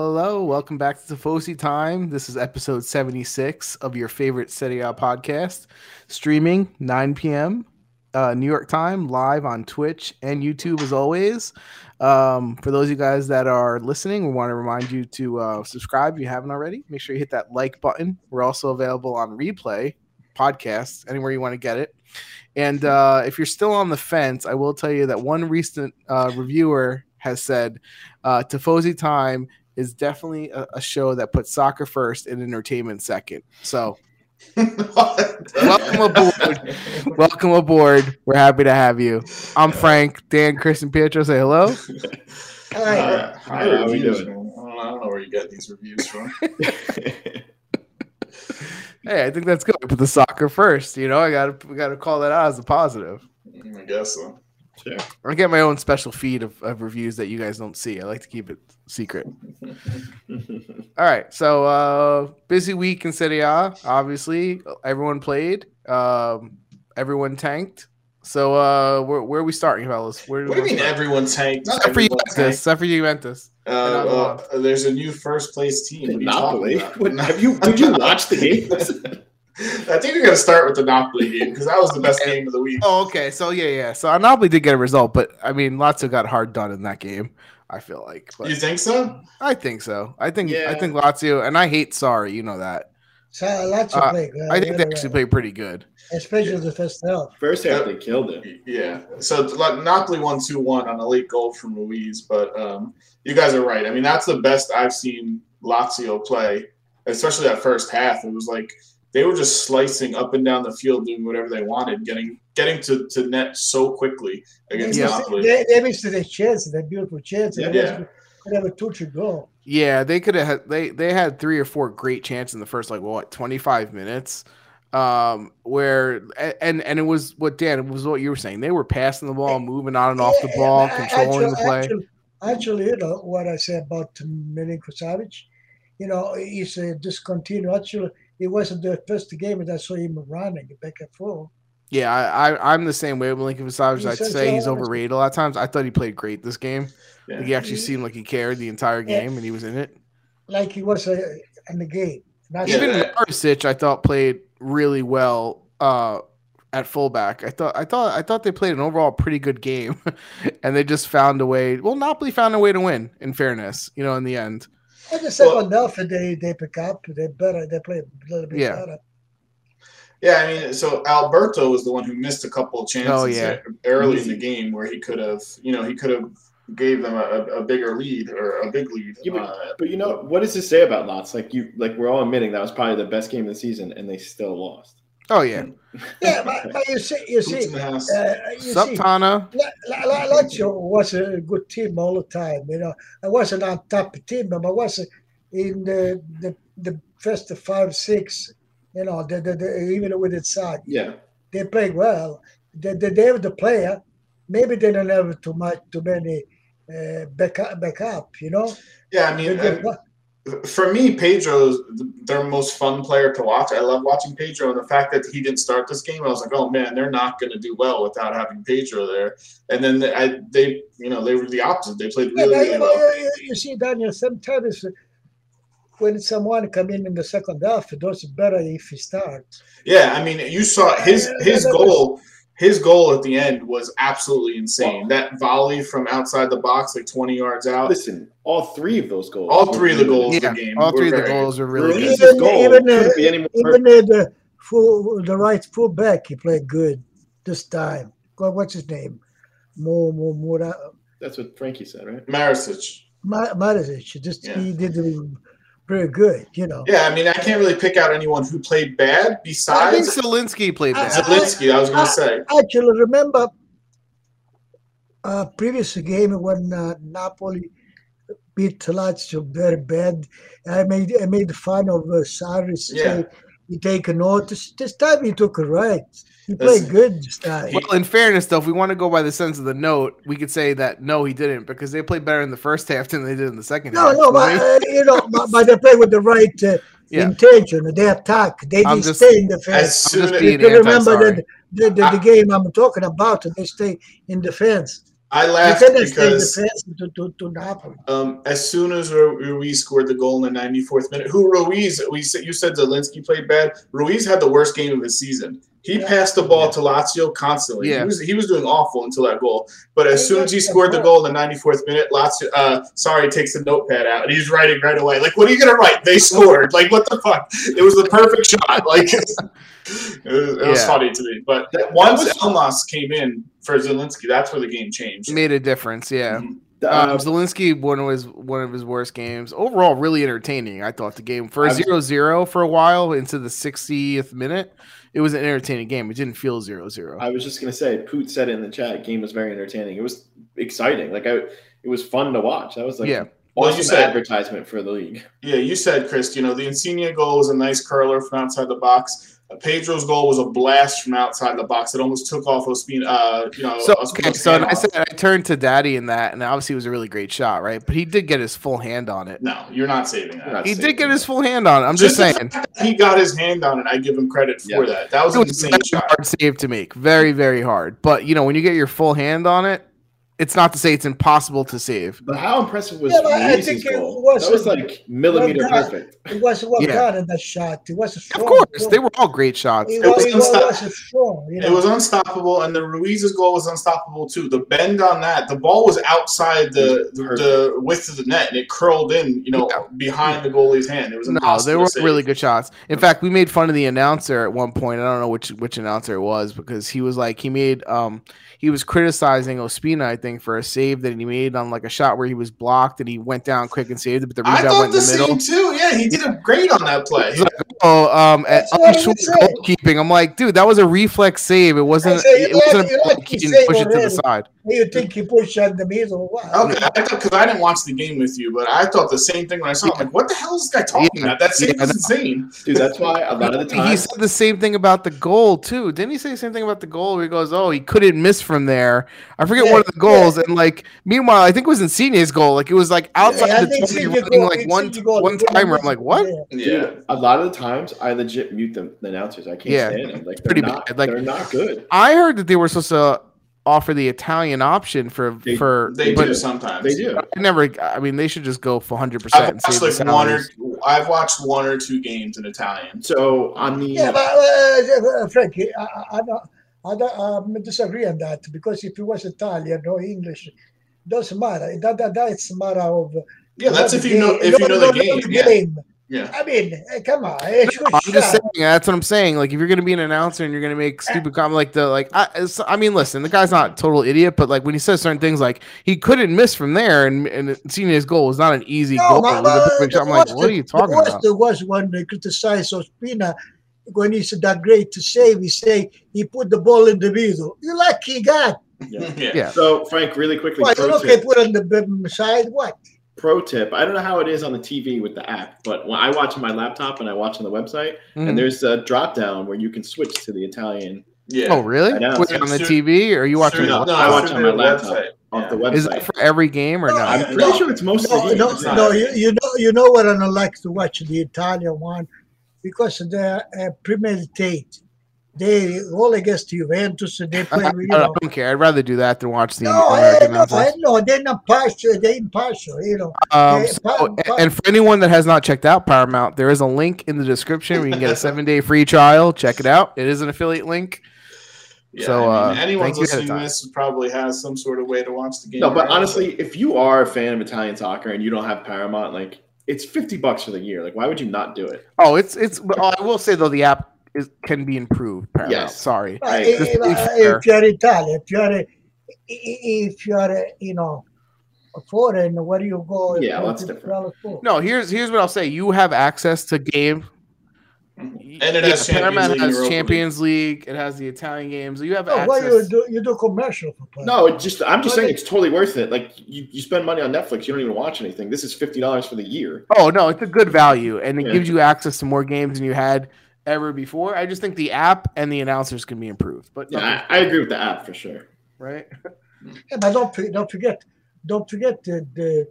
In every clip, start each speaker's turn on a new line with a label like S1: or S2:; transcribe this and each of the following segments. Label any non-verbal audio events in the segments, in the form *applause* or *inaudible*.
S1: Welcome back to Tifosi Time. This is episode 76 of your favorite Serie A podcast, streaming 9 p.m. Uh, New York time, live on Twitch and YouTube as always. Um, for those of you guys that are listening, we want to remind you to uh, subscribe if you haven't already. Make sure you hit that like button. We're also available on replay podcasts, anywhere you want to get it. And uh, if you're still on the fence, I will tell you that one recent uh, reviewer has said uh, Tifosi Time is definitely a, a show that puts soccer first and entertainment second. So welcome aboard. welcome aboard. We're happy to have you. I'm Frank, Dan, Chris, and Pietro. Say hello.
S2: Hi,
S3: Hi, how we
S2: reviews,
S3: doing?
S2: man. I don't, know, I don't know where you get these reviews from.
S3: *laughs*
S1: Hey, I think that's good. Put the soccer first. You know, I got to we got to call that out as a positive.
S2: I guess so.
S3: Sure.
S1: I get my own special feed of, of reviews that you guys don't see. I like to keep it secret. All right, so uh, busy week in Serie A. Obviously, everyone played. Um, everyone tanked. So uh, where, where are we starting, fellas? Where
S2: What do you
S1: we
S2: mean
S1: start?
S2: everyone tanked?
S1: Not for
S2: Everyone
S1: Juventus.
S2: tanked?
S1: Not for Juventus.
S2: Uh, well, there's a new first place team. What are you
S3: Napoli.
S2: talking
S3: What,
S2: about?
S3: *laughs* have you? Did you watch the game?
S2: I think we're gonna start with the Napoli game because that was the best game of the week.
S1: Oh, okay. So yeah, yeah. So Napoli did get a result, but I mean, Lazio got hard done in that game. I feel like, but
S2: You think so?
S1: I think so. I think I
S3: Yeah.
S1: think Lazio, and I hate sorry, you know that.
S4: So I like to
S1: Uh,
S4: play. good.
S1: I think they
S4: Yeah,
S1: actually
S4: right.
S1: played pretty good.
S4: especially the first half.
S3: *laughs* First half, they killed it.
S2: Yeah. So like, Napoli won two one on a late goal from Ruiz, but um, you guys are right. I mean, that's the best I've seen Lazio play, especially that first half. It was like they were just slicing up and down the field, doing whatever they wanted, getting getting to, to net so quickly against
S1: Yeah.
S2: Napoli.
S4: They, they missed the chance, the beautiful chance.
S3: Yeah.
S4: They
S2: Yeah.
S4: could have a two to go.
S1: Yeah, they could have had they they had three or four great chances in the first like what 25 minutes. Um where a- and and it was what Dan, it was what you were saying. They were passing the ball, moving on and off the
S4: Yeah,
S1: ball,
S4: I- I-
S1: controlling the play.
S4: Actually, actually, you know what I say about Milinko Savic? You know, he's a discontinued. Actually, it wasn't the first game that I saw him running back and forth.
S1: Yeah, I, I I'm the same way with Lincoln Savage.
S4: He's
S1: I'd
S4: so
S1: say he's
S4: talented.
S1: overrated a lot of times. I thought he played great this game.
S2: Yeah.
S1: Like, he actually seemed like he cared the entire
S4: Yeah.
S1: game and he was in it.
S4: Like he was uh, in the game. Not
S2: Yeah,
S1: Even
S2: that-
S1: Arsic, I thought played really well uh, at fullback. I thought I thought I thought they played an overall pretty good game, *laughs* and they just found a way. Well, Napoli found a way to win. In fairness, you know, in the end,
S4: in the second half, they, they pick up. They better. They play a little bit
S1: Yeah.
S4: better.
S2: Yeah, I mean, so Alberto was the one who missed a couple of chances e,
S1: Oh, yeah. Mm-hmm.
S2: early in the game where he could have, you know, he could have gave them a, a- a bigger lead or a big lead.
S3: Yeah,
S2: uh,
S3: But you know, what does this say about Lots? Like you, like we're all admitting that was probably the best game of the season, and they still lost.
S1: oh yeah,
S4: Yeah, but, but you see, you
S2: boots in
S4: see,
S2: the house.
S4: uh, you see.
S1: Subtana.
S4: La- La- La- Lazio was a good team all the time. You know, I wasn't on top team, but I was in the the, the first five six. You know, the, the, the, even with its side,
S3: Yeah,
S4: they play well. They, they, they have the player. Maybe they don't have too much, too many uh, back up, back up. You know,
S2: yeah, I
S4: They-
S2: mean,
S4: they-
S2: I- for me, Pedro's th- their most fun player to watch. I love watching Pedro, and the fact that he didn't start this game, I was like, oh man, they're not going to do well without having Pedro there. And then they, I, they, you know, they were the opposite. They played
S4: Yeah,
S2: really,
S4: but,
S2: really
S4: you, know,
S2: well.
S4: you, you- you see, Daniel, sometimes when someone come in in the second half, it does better if he starts.
S2: Yeah, I mean, you saw his his goal. His goal at the end was absolutely insane. That volley from outside the box, like 20 yards out.
S3: listen, Uh, all three of those goals.
S2: All three of the goals of
S1: Yeah,
S2: the game.
S1: all
S2: were
S1: three of the
S2: very-
S1: goals were really
S3: Really
S1: good.
S4: Even-
S3: goal.
S4: even,
S3: Couldn't
S4: uh,
S3: be any more
S4: Even uh, the full, the right full back, he played good this time. God, what's his name? More, more, more.
S3: That's what Frankie said, right?
S2: Marisic.
S4: Marisic. Just
S2: Yeah.
S4: he did very good. You know.
S2: Yeah, I mean, I can't really pick out anyone who played bad
S1: I think
S2: besides
S1: Zielinski played
S4: I-
S1: bad.
S2: Zelinski. I was going to say.
S4: Actually, remember uh, previous game when uh, Napoli beat Lazio very bad. I made I made fun of uh, Sarri.
S2: Yeah.
S4: Say, he take a notice. This time he took it right. He
S2: That's-
S4: played good this time.
S1: Well, in fairness, though, if we want to go by the sense of the note, we could say that no, he didn't, because they played better in the first *laughs* half than they did in the second
S4: No,
S1: half.
S4: no, but
S1: Right?
S4: uh, you know, but, but they play with the right uh,
S1: Yeah.
S4: intention. They attack. They
S1: I'm
S4: didn't
S1: just-
S4: stay in the
S2: As
S4: fence.
S2: soon
S1: just
S2: as,
S1: being-
S4: You can remember
S1: anti-sorry.
S4: that the, the, the game I'm talking about, they stay in defense.
S2: I
S4: You
S2: laughed
S4: cannot stay
S2: because
S4: defensive to, to, to Napoli.
S2: um, as soon as Ru- Ruiz scored the goal in the 94th minute, who Ruiz? We said you said Zielinski played bad. Ruiz had the worst game of his season. He
S4: Yeah.
S2: passed the ball to Lazio constantly.
S1: Yeah.
S2: He was he was doing awful until that goal. But as
S4: He
S2: soon as he
S4: was the
S2: scored the
S4: worst.
S2: goal in the 94th minute, Lazio, uh, sorry, takes the notepad out and he's writing right away. Like, what are you gonna write? They scored. Like, what the fuck? It was the perfect shot. *laughs* Like, it was, it was
S1: Yeah.
S2: funny to me. But
S3: That- that
S2: once
S3: was-
S2: Elmas came in for Zielinski, that's where the game changed.
S1: Made a difference, yeah.
S2: Mhm.
S1: Um,
S3: Uh,
S1: Zelensky one of his one of his worst games. Overall, really entertaining. I thought the game for a
S3: Abs-
S1: 0-0 for a while into the 60th minute. It was an entertaining game. It didn't feel 0-0.
S3: I was just gonna say, Poot said it in the chat. Game was very entertaining. It was exciting. Like I, it was fun to watch. That was like
S1: Yeah.
S2: Well, you
S3: awesome
S2: said-
S3: advertisement for the league.
S2: Yeah, you said, Chris, you know, the Insignia goal was a nice curler from outside the box. Uh, Pedro's goal was a blast from outside the box. It almost took off Ospina, uh, you know,
S1: So
S2: Ospina's
S1: okay, so
S2: hand
S1: I
S2: off.
S1: said I turned to Daddy in that, and obviously it was a really great shot, right? But he did get his full hand on it.
S2: no, you're not saving that.
S3: You're not
S1: He
S3: saving
S1: did get
S3: that.
S1: his full hand on it. I'm just,
S2: Just-
S1: saying.
S2: He got his hand on it. I give him credit for
S3: Yeah.
S2: that. That was
S1: It
S2: an
S1: was a
S2: insane
S1: very
S2: shot.
S1: hard save to make. Very, very hard. But you know, when you get your full hand on it, it's not to say it's impossible to save.
S3: But how impressive was
S4: Yeah, but I
S3: Ruiz's
S4: think it
S3: goal?
S4: was-
S3: that was like millimeter
S4: well done.
S3: perfect.
S4: It was well
S1: Yeah.
S4: done in that shot. It was a
S1: Of
S4: strong.
S1: course,
S4: goal.
S1: they were all great shots.
S4: It
S2: It
S4: was,
S2: was
S4: it was,
S2: unstop-
S4: a strong. You know?
S2: It was unstoppable, and the Ruiz's goal was unstoppable too. The bend on that, the ball was outside the the, the width of the net, and it curled in, you know,
S1: Yeah.
S2: behind the goalie's hand. It was
S1: No,
S2: impossible
S1: they
S2: to
S1: were
S2: save.
S1: really good shots. In fact, we made fun of the announcer at one point. I don't know which which announcer it was because he was like he made um he was criticizing Ospina, I think, for a save that he made on like a shot where he was blocked and he went down quick and saved it, but the
S2: I
S1: rebound
S2: thought
S1: went
S2: the
S1: in the middle.
S2: same too. Yeah, he did great on that play.
S1: Oh, um, at
S4: That's what I
S1: unsure
S4: would say.
S1: goalkeeping. I'm like, dude, that was a reflex save. It wasn't.
S4: say,
S1: it
S4: you like-
S1: wasn't.
S4: you
S1: a
S4: like
S1: he
S4: to
S1: didn't
S4: say
S1: push it to the
S4: already.
S1: side.
S4: You think he pushed on the middle? Wow.
S2: Okay, because I, didn't watch the game with you, but I thought the same thing when I saw it. I'm like, what the hell is this guy talking
S1: Yeah.
S2: about? That seems
S1: Yeah, I know.
S2: insane.
S3: Dude, that's why a lot of
S1: *laughs*
S3: the
S1: He
S3: time
S1: said the same thing about the goal too. Didn't he say the same thing about the goal? Where he goes, "Oh, he couldn't miss from there." I forget
S4: Yeah,
S1: one of the goals, and like meanwhile, I think it was Insignia's goal. Like it was like outside
S4: Yeah, I
S1: the
S4: think
S1: twenty,
S4: Senior
S1: running
S4: goal-
S1: like
S4: Senior
S1: one
S4: goal,
S1: one
S4: he couldn't
S1: timer.
S4: miss
S1: I'm like,
S4: it.
S1: what?
S4: Yeah.
S2: Yeah.
S3: Dude, a lot of the times I legit mute them, the announcers. I can't
S1: Yeah,
S3: stand them. Like they're
S1: pretty
S3: not,
S1: bad. Like-
S3: they're not good.
S1: I heard that they were supposed to offer the Italian option for
S3: They-
S1: for,
S2: They
S1: but
S2: do sometimes.
S3: They do.
S1: I never. I mean, they should just go for hundred
S2: I've
S1: percent.
S2: watched like one or I've watched one or two games in Italian.
S3: So on the
S4: Yeah, but uh, uh, Frankie, I, I, I don't, I don't um, disagree on that because if it was Italian or English, doesn't matter. That, that, that's a matter of
S2: Yeah, that's
S4: of
S2: if
S4: the
S2: you know
S4: game.
S2: if you
S4: No,
S2: know
S4: no,
S2: the
S4: no,
S2: game.
S4: the
S2: Yeah,
S4: game.
S2: yeah.
S4: I mean, eh, come on, it's good
S1: I'm just
S4: shot.
S1: saying that's what I'm saying. Like if you're gonna be an announcer and you're gonna make
S4: Eh.
S1: stupid comment like the like I it's- I mean listen the guy's not a total idiot but like when he says certain things like he couldn't miss from there and and seeing his goal was not an easy goal.
S4: my-
S1: It was a
S4: my-
S1: perfect shot. I'm
S4: uh, the
S1: like
S4: worst-
S1: what are you talking
S4: the worst
S1: about?
S4: There was when they criticized Ospina when he said that great to save. He say he put the ball in the middle. You lucky guy.
S3: yeah.
S2: yeah.
S1: Yeah.
S3: So Frank, really quickly,
S4: Why you
S3: pro,
S4: look at
S3: tip,
S4: put on the um, side? What?
S3: pro tip. I don't know how it is on the TV with the app, but when I watch on my laptop and I watch on the website,
S1: Mhm.
S3: and there's a drop down where you can switch to the Italian
S2: Yeah.
S1: Oh really?
S3: I know.
S1: Wait, on the
S2: Sure.
S1: TV or are you watching?
S2: Sure,
S3: it
S1: the
S2: no,
S3: on-
S1: live?
S2: I
S3: I watch
S2: watch
S3: it
S2: on my
S3: on my laptop.
S2: website.
S3: off the
S2: Yeah.
S3: website.
S1: Is that for every game or
S4: No,
S1: no?
S3: I'm
S2: No.
S3: pretty sure it's mostly
S4: No, no,
S2: it's not.
S4: no. You, you know, you know what I don't like to watch the Italian one because they're uh, premeditate. They roll against Juventus. and They play.
S1: I, I
S4: You know.
S1: don't care. I'd rather do that than watch the
S4: No, I,
S1: American
S4: no, I
S1: announcers.
S4: know they're not partial. They're impartial. You know.
S1: Um,
S4: eh,
S1: so-
S4: Paramount-
S1: and- and for anyone that has not checked out Paramount, there is a link in the description where you *laughs* can get a seven day free trial. Check it out. It is an affiliate link.
S2: Yeah,
S1: So,
S2: I mean,
S1: uh, thank
S2: anyone's
S1: you ahead of
S2: listening to
S1: time.
S2: this probably has some sort of way to watch the game.
S3: No, but
S2: right?
S3: honestly, if you are a fan of Italian soccer and you don't have Paramount, like it's fifty bucks for the year. Like, why would you not do it?
S1: Oh, it's it's. but I will say though, the app is can be improved. Paramount.
S3: Yes.
S1: Sorry.
S4: Uh,
S3: Right.
S4: if,
S1: Just be
S4: uh,
S1: fair.
S4: if you're Italian, if you're, if you're, you know, a foreign, where do you go?
S3: Yeah,
S4: What
S3: that's
S4: do you
S3: different.
S4: travel for?
S1: No, here's here's what I'll say. You have access to game. And
S2: it has
S1: has
S2: Champions League and Europa League.
S1: Champions League. It has the Italian games. You have
S4: No, Oh, why you
S1: access.
S4: do you do commercial for Paramount?
S3: No, it just I'm just
S4: But
S3: saying it's totally worth it. Like you, you spend money on Netflix, you don't even watch anything. This is fifty dollars for the year.
S1: Oh no, it's a good value, and it
S3: Yeah.
S1: gives you access to more games than you had ever before. I just think the app and the announcers can be improved. But
S3: Yeah, I, I agree with the app for sure.
S1: right?
S4: Yeah, but don't for- don't forget, don't forget the the,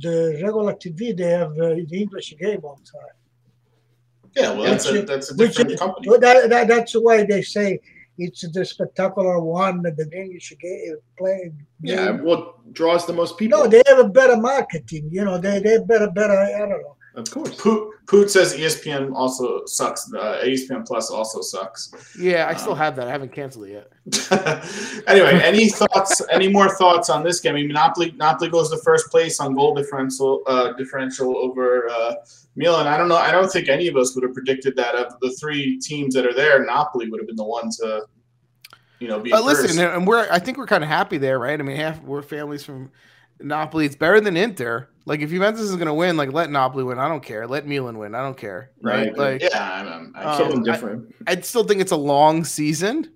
S4: the regular TV. They have uh, the English game on time.
S2: yeah, well, that's a
S4: Which-
S2: that's a
S4: which
S2: different
S4: is-
S2: company.
S4: Well, that, that, that's why they say it's the spectacular one that the English game play.
S3: Yeah,
S4: game.
S3: well, draws the most people.
S4: No, they have a better marketing. You know, they they have better better. I don't know.
S3: of course.
S2: Poot, Poot says E ESPN also sucks. Uh, ESPN Plus also sucks.
S1: Yeah, I still have that. I haven't canceled it yet.
S2: *laughs* anyway, any thoughts? Any more thoughts on this game? I mean, Napoli, Napoli goes to first place on goal differential uh, differential over uh, Milan. I don't know. I don't think any of us would have predicted that of the three teams that are there, Napoli would have been the one to, you know, be
S1: But
S2: first.
S1: listen, and we're I think we're kind of happy there, right? I mean, half we're families from Napoli. It's better than Inter. Like if Juventus is going to win, like let Napoli win. I don't care. Let Milan win. I don't care. Right?
S3: Right.
S1: Like
S2: yeah, I'm, I'm, I
S1: Um,
S2: can't-
S3: Something
S2: *laughs*
S3: different.
S1: I still think it's a long season,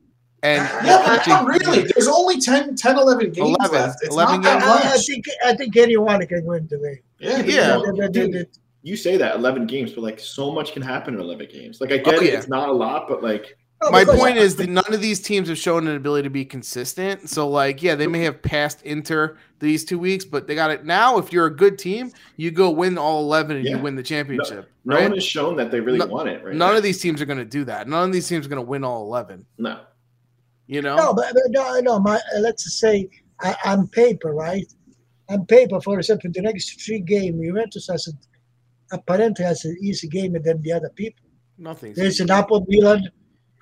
S1: and
S2: *laughs* yeah, but not really. There's only 10, 10 11 games
S1: 11,
S2: left. It's
S1: 11
S2: not that
S1: games
S4: I, I
S2: much.
S4: think I think anyone can win today.
S2: Yeah,
S1: Yeah.
S4: They- they- they- they-
S3: You say that eleven games, but like so much can happen in eleven games. Like I get
S1: Oh,
S3: it,
S1: yeah.
S3: it's not a lot, but like
S4: no,
S1: My
S4: because-
S1: point is that none of these teams have shown an ability to be consistent. So, like, yeah, they may have passed Inter these two weeks, but they got it now. If you're a good team, you go win all eleven and
S3: Yeah.
S1: you win the championship.
S3: no
S1: right?
S3: one has shown that they really
S1: No-
S3: want it. Right?
S1: None of these teams are going to do that. None of these teams are going to win all eleven.
S3: no.
S1: You know?
S4: No, but, but no, no. My uh, let's say I, on paper, right? On paper, for example, the next three game, Juventus has a, apparently has an easy game than the other people.
S1: Nothing.
S4: There's Napoli, Milan,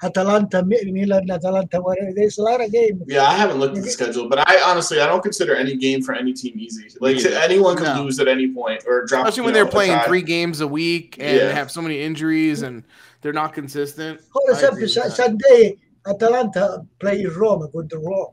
S4: Atalanta, Mi- Milan, Atalanta. Whatever. There's a lot of game.
S2: Yeah, I haven't looked at the schedule, but I honestly I don't consider any game for any team easy. Like
S3: Me either.
S2: anyone could
S1: No.
S2: lose at any point or drop.
S1: Especially
S2: you
S1: when
S2: know,
S1: they're playing
S2: a tie.
S1: three games a week and
S2: Yeah.
S1: have so many injuries and they're not consistent.
S4: For
S1: I agree
S4: example,
S1: with
S4: Su-
S1: that.
S4: Sunday, Atalanta play Roma with the Rome.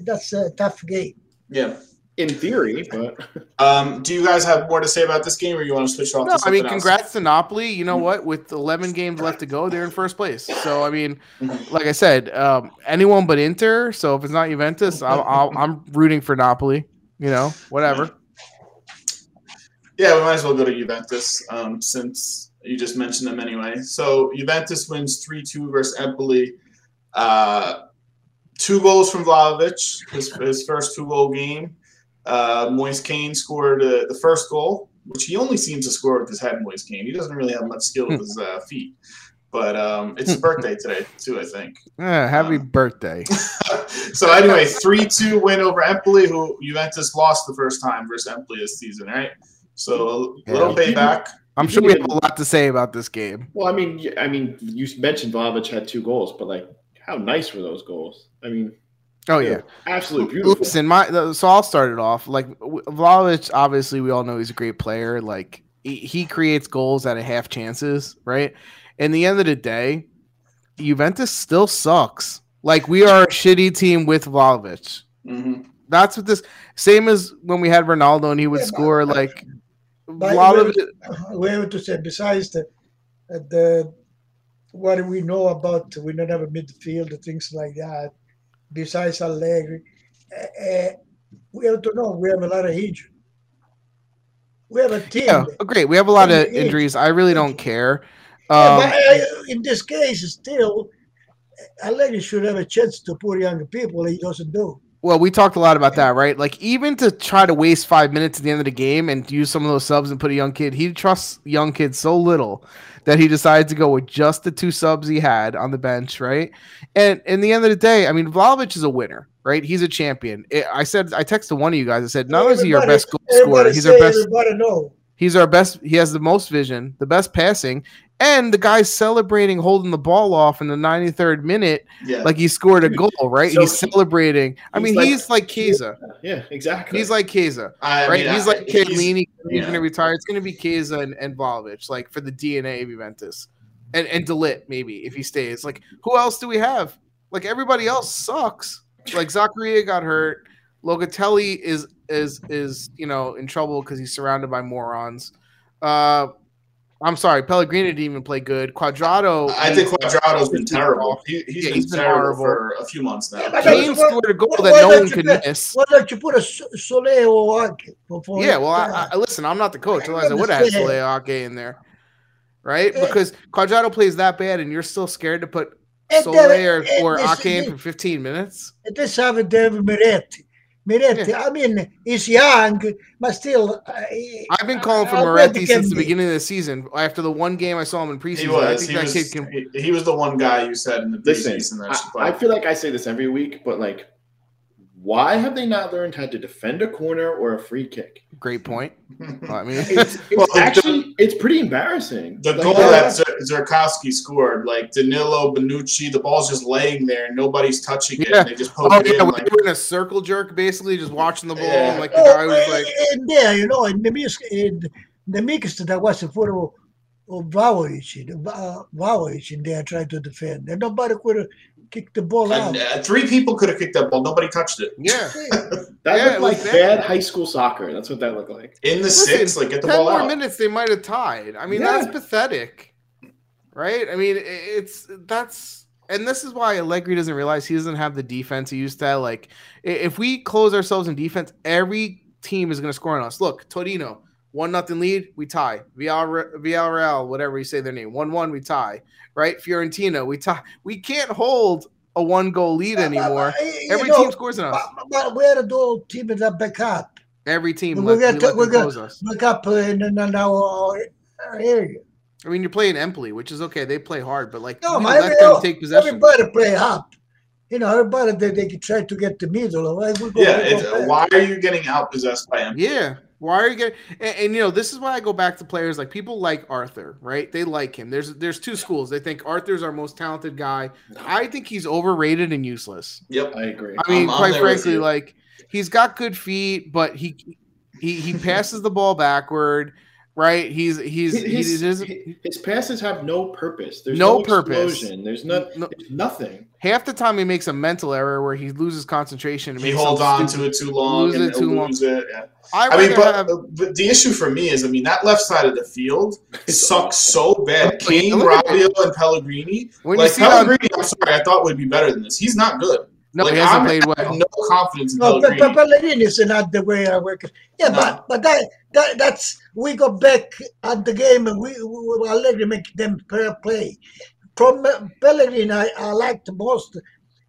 S4: That's a tough game.
S2: Yeah.
S3: In theory, but
S2: Um, do you guys have more to say about this game, or you want to switch off?
S1: No,
S2: to
S1: I mean,
S2: something else?
S1: congrats to Napoli. You know what? With 11 games left to go, they're in first place. So, I
S2: *laughs*
S1: mean,
S2: Mhm.
S1: like I said, um, anyone but Inter. So, if it's not Juventus, I'll, I'll, I'm rooting for Napoli. You know,
S2: *laughs*
S1: whatever.
S2: Yeah, we might as well go to Juventus um, since you just mentioned them anyway. So Juventus wins three two versus Empoli. Uh, two goals from Vlahovic, his, his first two goal game. Uh, Moise Kane scored uh, the first goal, which he only seems to score with his head. Moise Kane, he doesn't really have much skill with his uh, feet. But um, it's his birthday today too, I think
S1: Yeah, Eh, happy
S2: Um,
S1: birthday.
S2: so anyway, three two win over Empoli, who Juventus lost the first time versus Empoli this season, right? So a little
S3: Yeah.
S2: payback.
S1: I'm
S3: you
S1: sure we have
S3: didn't-
S1: a lot to say about this game.
S3: well, I mean, y- I mean, you mentioned Vlahovic had two goals, but like, how nice were those goals? I mean,
S1: Oh, yeah.
S3: absolutely beautiful.
S1: Listen, my so I'll start it off. Like w- Vlahovic, obviously we all know he's a great player. Like he, he creates goals out of half chances, right? In the end of the day, Juventus still sucks. Like we are a shitty team with Vlahovic.
S2: hmm
S1: That's what this same as when we had Ronaldo and he would
S4: Yeah, but-
S1: score like
S4: but-
S1: Vlahovic.
S4: *coughs* We have to say, besides the, the what we know about, we don't have a midfield, things like that. Besides Allegri, uh, uh, we have to know we have a lot of injury. We have a team.
S1: Yeah, great. We have a lot of
S4: Yeah.
S1: injuries. I really don't care.
S4: Yeah,
S1: Um,
S4: but uh, in this case, still, eh, Allegri should have a chance to put young people. He doesn't do.
S1: Well, we talked a lot about that, right? Like even to try to waste five minutes at the end of the game and use some of those subs and put a young kid, he trusts young kids so little that he decided to go with just the two subs he had on the bench, right? And in the end of the day, I mean, Vlahovic is a winner, right? He's a champion. I- I said, I texted one of you guys. I said, not only is he our
S4: Everybody-
S1: best goal scorer,
S4: Everybody
S1: he's
S4: say,
S1: our best.
S4: everybody know.
S1: He's our best. He has the most vision, the best passing, and the guy's celebrating holding the ball off in the 93rd minute
S2: Yeah.
S1: like he scored a goal, right?
S3: So
S1: he's
S3: he-
S1: celebrating. I
S3: he's
S1: mean,
S3: like-
S1: he's like Keza.
S3: yeah, exactly.
S1: He's like Keza,
S2: I
S1: right?
S2: mean,
S1: he's
S2: I-
S1: like Chiellini. He's,
S2: yeah.
S1: going to retire. It's going to be Keza and, and Vlahovic, like for the DNA of Juventus. And, and Delit, maybe, if he stays. Like, who else do we have? Like, everybody else sucks. Like, Zakaria got hurt. Locatelli is, is, is you know, in trouble because he's surrounded by morons. Uh, I'm sorry, Pellegrini didn't even play good. Quadrado.
S2: I think Quadrado's been terrible. He,
S1: Yeah,
S2: been
S1: he's been
S2: terrible
S1: horrible.
S2: for a few months now.
S4: Yeah, but
S1: Kane
S4: What-
S1: scored a goal
S4: what-
S1: that no
S4: what
S1: one
S4: did
S1: could
S4: you-
S1: miss.
S4: Why don't you put a Sol- Soleil or Ake for- for-
S1: Yeah, well, I, I, listen, I'm not the coach. Otherwise, I would have had
S4: understand.
S1: Soleake in there, right?
S4: Yeah.
S1: Because Quadrado plays that bad, and you're still scared to put
S4: And
S1: Soleil
S4: then-
S1: or, or
S4: and this- E
S1: Ake in for 15 minutes.
S4: At this time, they have Miretti. Miretti, I mean, he's young, but still. eh, I,
S1: I've been calling for
S4: I- I think
S1: Moretti
S4: he can
S1: since the
S4: be.
S1: beginning of the season. After the one game I saw him in preseason,
S2: He
S1: I
S2: was.
S1: think
S2: He
S1: that
S2: was,
S1: kid can.
S2: he, he was the one guy you said in the
S3: Listen,
S2: preseason that should
S3: I, I
S2: play.
S3: feel like I say this every week, but like, why have they not learned how to defend a corner or a free kick?
S1: Great
S2: *laughs*
S1: point. I uh,
S4: *laughs*
S1: mean, *laughs*
S3: It's, it's
S2: Well, the-
S3: actually it's pretty embarrassing.
S2: the
S3: Like,
S2: goal
S3: I-
S2: that Zer- Zerkowski scored, like Danilo Benucci, the ball's just laying there and nobody's touching it.
S1: Yeah.
S2: And they just poke
S1: oh, *laughs*
S2: it
S1: yeah,
S2: in.
S1: when
S2: Like,
S1: they were in a circle jerk, basically just watching the ball.
S2: Yeah.
S1: and, like the guy
S4: Oh,
S1: was like,
S4: and there, you know, in the mix, in the mix that was for Vlaovic, uh, Vlaovic in there trying to defend, and nobody could kick the ball
S2: and,
S1: eh,
S4: out. Eh,
S2: uh, three people could have kicked that ball. Nobody touched it.
S1: yeah.
S3: that
S1: Yeah, it
S3: looked
S1: was
S3: like
S1: bad.
S3: bad high school soccer. That's what that looked like.
S2: In the
S1: Listen,
S2: six, like get the
S1: Ten
S2: ball
S1: more
S2: out.
S1: minutes, they might have tied. I mean,
S3: Yeah.
S1: that's pathetic, right? I mean, i- it's that's and this is why Allegri doesn't realize he doesn't have the defense he used to. have. Like, i- if we close ourselves in defense, every team is going to score on us. Look, Torino, one nothing lead, we tie. Villar- Villarreal, whatever you say their name, one one, we tie. Right, Fiorentina, we tie. We can't hold a one goal
S4: *laughs*
S1: lead anymore. Every team scores on us.
S4: eh, But, but where do all teams that back up?
S1: Every team
S4: We're
S1: let, we let
S4: gonna-
S1: them
S4: we're gonna-
S1: close us.
S4: Back up in, in our area.
S1: I mean, you're playing Empoli, which is okay. They play hard, but like
S4: No,
S1: you
S4: my
S1: let
S4: real-
S1: them take possession.
S4: Everybody play up. You know, everybody they, they could try to get the middle. Or we go,
S2: Yeah,
S4: we go
S2: it's, uh,
S4: back.
S2: why are you getting out possessed by him?
S1: Yeah. Why are you getting? And, and, you know, this is why I go back to players like people like Arthur, right? They like him. There's there's two schools. They think Arthur's our most talented guy. I think he's overrated and useless.
S2: Yep.
S3: I agree.
S1: I mean,
S2: I'm- I'm
S1: quite
S2: there with
S1: frankly,
S2: you.
S1: like he's got good feet, but he he he passes the ball backward, right? He's he's
S3: His,
S1: he's,
S3: his,
S1: he's
S3: his passes have no purpose. There's
S1: No
S3: no,
S1: purpose.
S3: explosion. There's no,
S1: No-
S3: there's nothing.
S1: half the time he makes a mental error where he loses concentration. and
S2: He
S1: makes some
S2: holds on
S1: stupid-
S2: to it too long
S1: Lose
S2: and
S1: it too long.
S2: lose it. Yeah.
S1: I,
S2: I mean,
S1: rather
S2: but, uh,
S1: have-
S2: but the issue for me is, I mean, that left side of the
S1: *laughs*
S2: field
S3: It's
S2: sucks so bad.
S1: Oh, yeah,
S2: Kane,
S1: look at that.
S2: Rabiot, and Pellegrini.
S1: when you
S2: like
S1: see how
S2: Pellegrini, I'm sorry, I thought would be better than this. He's not good.
S1: no,
S2: like,
S1: he hasn't
S2: I'm-
S1: played
S2: I
S1: well.
S2: have no confidence in
S4: No, but,
S2: Pellegrini.
S4: but Pellegrini is not the way I work. Yeah,
S2: No.
S4: but but that, that that's we go back at the game and we we we already make them play- play. From uh, Pellegrini, I, I like the most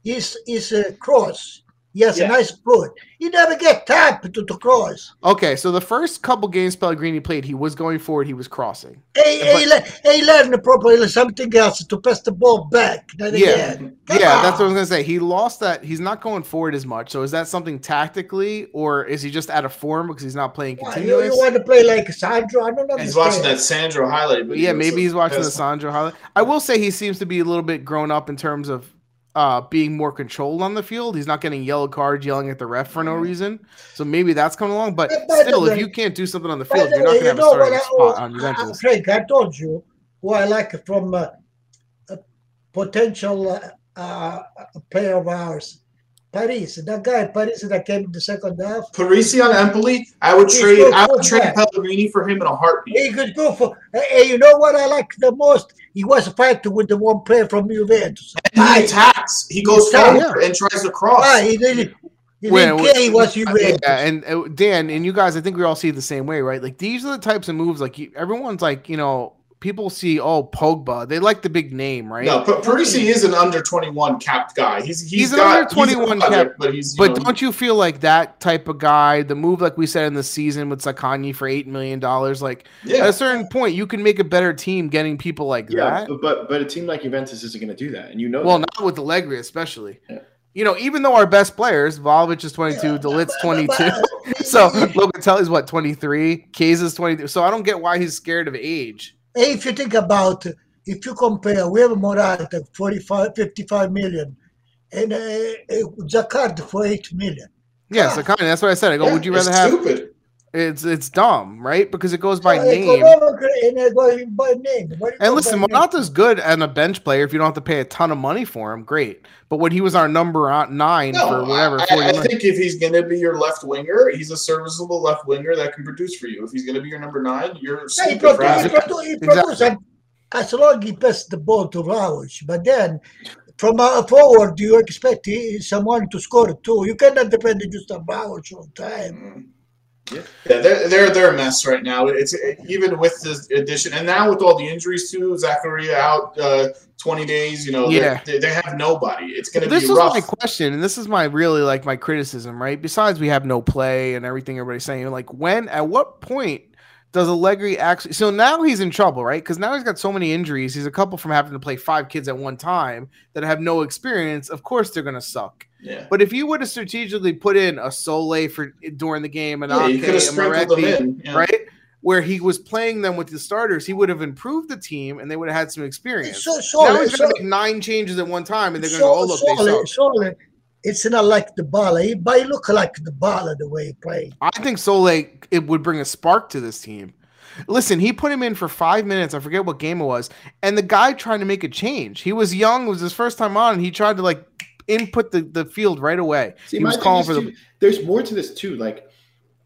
S4: is is uh, cross. He has
S3: Yeah.
S4: a nice foot. He never get tapped to the cross.
S1: Okay, so the first couple games Pellegrini played, he was going forward, he was crossing.
S4: He, he, le- he learned properly something else to pass the ball back. Not
S1: Yeah.
S4: again. Come
S1: yeah, that's what I
S4: on.
S1: was gonna say. He lost that. He's not going forward as much. So is that something tactically, or is he just out of form because he's not playing
S4: Why, you,
S1: continuous?
S4: you want to play like Sandro? I don't understand.
S2: He's watching that Sandro highlight.
S1: But
S2: video,
S1: yeah,
S2: so
S1: maybe he's watching the
S2: that's-
S1: Sandro highlight. I will say he seems to be a little bit grown up in terms of uh, being more controlled on the field. He's not getting yellow cards, yelling at the ref for no reason. So maybe that's coming along. But
S4: Mm-hmm. But by the
S1: still, if
S4: way-
S1: you can't do something on the
S4: By
S1: field,
S4: the
S1: you're not
S4: way,
S1: gonna have a
S4: know what
S1: starting
S4: I-
S1: spot on
S4: I- I-
S1: Juventus.
S4: Frank, I told you who I like from uh, a potential uh, uh, player of ours, Paris. That guy Paris that came in the second half.
S2: Parisi on Empoli, I would
S4: He's
S2: trade.
S4: so
S2: I would
S4: good
S2: trade
S4: back.
S2: Pellegrini for him in a heartbeat.
S4: He could go for. uh, uh, you know what I like the most? He was fighting with the one player from Juventus.
S2: And he
S4: Why?
S2: attacks. He goes
S4: attacks.
S2: forward and tries to cross.
S4: Why? Ah, He didn't. He
S1: Well,
S4: didn't care. He was Juventus.
S1: Yeah, and uh, Dan and you guys, I think we all see it the same way, right? Like these are the types of moves. Like you, everyone's like, you know, people see oh Pogba, they like the big name, right?
S2: No, but Parisi is an under twenty one capped guy. He's
S1: He's an
S2: got-
S1: under
S2: he's a
S1: 21
S2: project,
S1: capped,
S2: but he's you
S1: But
S2: know,
S1: don't you feel like that type of guy? The move, like we said in the season with Sakani for eight million dollars, like at
S2: yeah.
S1: a certain point, you can make a better team getting people like
S3: Yeah,
S1: that.
S3: but, but but a team like Juventus isn't going to do that, and you know.
S1: Well,
S3: that.
S1: not with Allegri, especially.
S3: Yeah.
S1: You know, even though our best players, Volovic is twenty two,
S4: *laughs*
S1: Delitz twenty two. *laughs* So Locatelli's what twenty three, Kays is twenty three. So I don't get why he's scared of age.
S4: if you think about if you compare we have Morata 45 55 million and uh, Jakarta for 8 million
S1: Yeah, so
S4: Yeah.
S1: kind of that's what I said. I go,
S2: Yeah,
S1: oh, would you rather
S2: it's
S1: have
S2: Stupid.
S1: it's it's dumb, right? Because it goes by
S4: So
S1: name.
S4: economic and I go by name What do you
S1: And
S4: go
S1: listen,
S4: by name?
S1: Morata's good and a bench player. If you don't have to pay a ton of money for him, great. But when he was our number on- nine
S2: No,
S1: for whatever,
S2: I,
S1: 40
S2: I, I
S1: million-
S2: think if he's going to be your left winger, he's a serviceable left winger that can produce for you. If he's going to be your number nine, you're
S4: Yeah, he
S2: super
S4: produ-
S2: fragile.
S4: he produ- he
S1: Exactly.
S4: produce and as long he passed the ball to Rausch but then from a forward you expect he- someone to score too you cannot depend just on Rausch all the time
S2: Mm. Yeah, they're, they're they're a mess right now. It's it, even with this addition, and now with all the injuries too, Zachariah out uh, twenty days. You know,
S1: Yeah.
S2: they, they have nobody. It's going to
S1: this
S2: be
S1: is
S2: rough.
S1: my question, and this is my really like my criticism, right? Besides, we have no play and everything everybody's saying. Like, when at what point does Allegri actually? So now he's in trouble, right? Because now he's got so many injuries. He's a couple from having to play five kids at one time that have no experience. Of course, they're gonna suck.
S2: yeah,
S1: But if you would have strategically put in a Sole for during the game, and
S2: yeah you could have sprinkled them in. Yeah.
S1: right? Where he was playing them with the starters, he would have improved the team and they would have had some experience.
S4: So,
S1: now
S4: Sole,
S1: he's going
S4: Sole,
S1: to make nine changes at one time and they're going to go, oh,
S4: Sole,
S1: look, they
S4: Sole,
S1: suck.
S4: Sole, it's not like the Bala, He- but he look like the Bala the way he played.
S1: I think Sole it would bring a spark to this team. Listen, he put him in for five minutes. I forget what game it was, and the guy trying to make a change. He was young; it was his first time on, and he tried to like input the, the field right away.
S3: See,
S1: he
S3: my
S1: was
S3: thing
S1: calling
S3: is,
S1: for the
S3: too, There's more to this too. Like,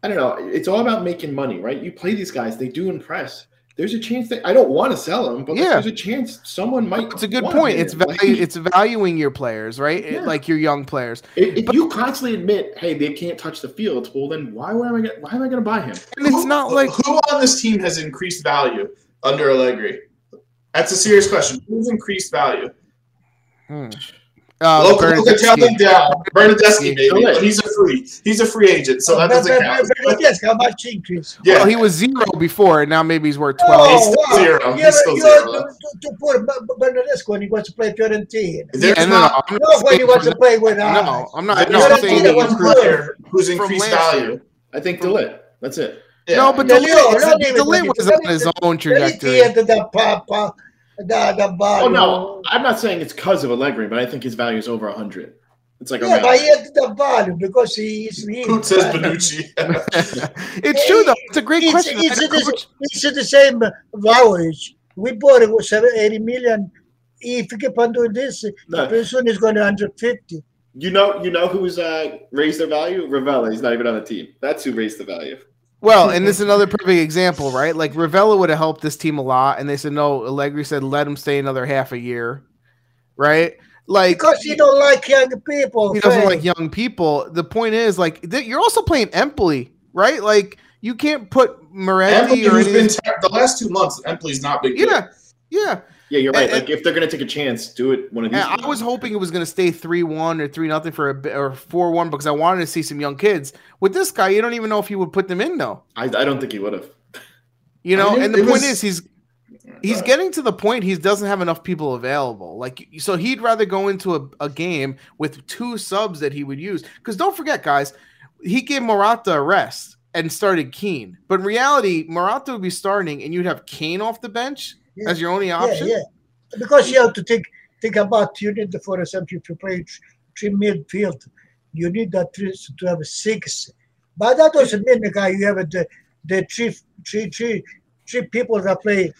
S3: I don't know. It's all about making money, right? You play these guys; they do impress. There's a chance that I don't want to sell them, but like,
S1: Yeah.
S3: there's a chance someone might.
S1: It's a good
S3: want
S1: point.
S3: him.
S1: It's value.
S3: Like,
S1: it's valuing your players, right? It-
S3: Yeah.
S1: Like your young players.
S3: if, if you constantly admit, "Hey, they can't touch the field," well, then why am I? Gonna, why am I going to buy him?
S1: And it's not like
S2: who on this team has increased value under Allegri? That's a serious question. Who's increased value?
S1: Hmm. Uh,
S2: Look,
S1: Bernadeschi.
S2: look, tell them down. Bernadeschi, baby.
S3: Correct.
S2: He's a free. He's a free agent, so that
S4: But-
S2: doesn't
S4: but-
S2: count.
S4: but- but yes, how much increase?
S2: Yeah,
S1: Well, he was zero before, and now maybe he's worth
S4: Oh,
S1: twelve.
S2: he's still
S4: wow.
S2: zero.
S4: You're,
S2: He's still
S4: you're
S2: zero.
S4: To, to put B- Bernadeschi when he wants to play Fiorentina.
S2: There's
S1: And uh,
S2: not
S1: I'm
S4: No, when he
S1: saying
S4: wants
S1: from
S4: to play with
S1: now- no,
S4: us.
S1: I'm
S2: There's
S1: not. No, I'm
S4: not
S1: saying
S4: either
S1: he
S4: one
S1: improved-
S4: player.
S2: who's
S1: from
S2: increased
S1: last
S2: value.
S3: I think Delit. That's it.
S2: Yeah.
S1: No, but
S4: Yeah,
S1: the
S4: Leo, not even
S1: Delay
S4: looking-
S1: was on his own trajectory.
S4: Fiorentina, the, the Papa, the, the Bala.
S3: Oh no, I'm not saying it's because of Allegri, but I think his value is over hundred. It's like
S4: Yeah,
S3: around-
S4: but he had the value because he is. He,
S2: Who says
S1: *laughs*
S2: Benucci?
S1: *laughs* it's true though. It's a great
S4: it's,
S1: question.
S4: it's,
S1: And
S4: the-
S1: coach-
S4: it's the same values. We bought it was 80 million. If you keep on doing this,
S3: No.
S4: pretty soon it's going to 150.
S3: You know, you know who's uh, raised their value? Ravella. He's not even on the team. That's who raised the value.
S1: well, and this is another perfect example, right? Like Ravella would have helped this team a lot, and they said no. Allegri said let him stay another half a year, right? Like
S4: Because he don't like young people.
S1: he doesn't
S4: Fred.
S1: like young people. The point is, like th- you're also playing Empoli, right? Like you can't put
S2: Empoli,
S1: Moretti or
S2: who's been
S1: anything.
S2: ter- the last two months, Empoli's not been
S1: *laughs*
S2: good.
S1: Yeah, yeah.
S3: Yeah, you're right.
S1: And-
S3: like if they're gonna take a chance, do it one of these.
S1: Yeah, I
S3: games.
S1: was hoping it was going to stay three one or three nothing for a bit or four one because I wanted to see some young kids. With this guy, you don't even know if you would put them in though.
S3: I, I don't think he would have.
S1: You
S2: I
S1: know,
S2: mean,
S1: and
S2: it
S1: the point
S2: was-
S1: is he's he's getting to the point he doesn't have enough people available. Like so, he'd rather go into a, a game with two subs that he would use. Because don't forget, guys, he gave Morata a rest and started Keane. But in reality, Morata would be starting, and you'd have Kane off the bench
S4: Yeah.
S1: as your only option.
S4: Yeah, yeah. Because you have to think think about you need for example if you play th- three midfield, you need at least to have six. But that doesn't mean the guy you have the the three three three three people that play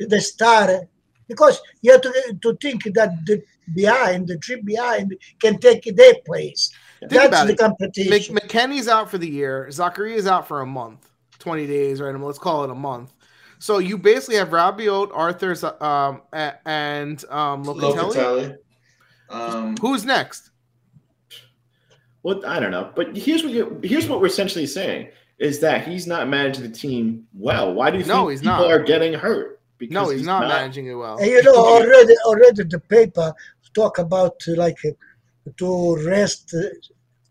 S4: the star because you have to to think that the behind the three behind can take their place.
S1: Think
S4: That's
S1: about
S4: the
S1: it. Mc,
S4: competition.
S1: McKenny's out for the year. Zacharia's out for a month, 20 days, right? Let's call it a month. So you basically have Rabiot, Arthur's, um, a- and um, Locatelli.
S2: Locatelli. Um,
S1: Who's next?
S3: Well, I don't know. But here's what you here's what we're essentially saying is that he's not managing the team well. Why do you
S1: No,
S3: think
S1: he's
S3: people
S1: not.
S3: are getting hurt? Because
S1: No, he's, not, managing it well.
S4: And *laughs* you know, already already the paper talk about uh, like uh, to rest uh,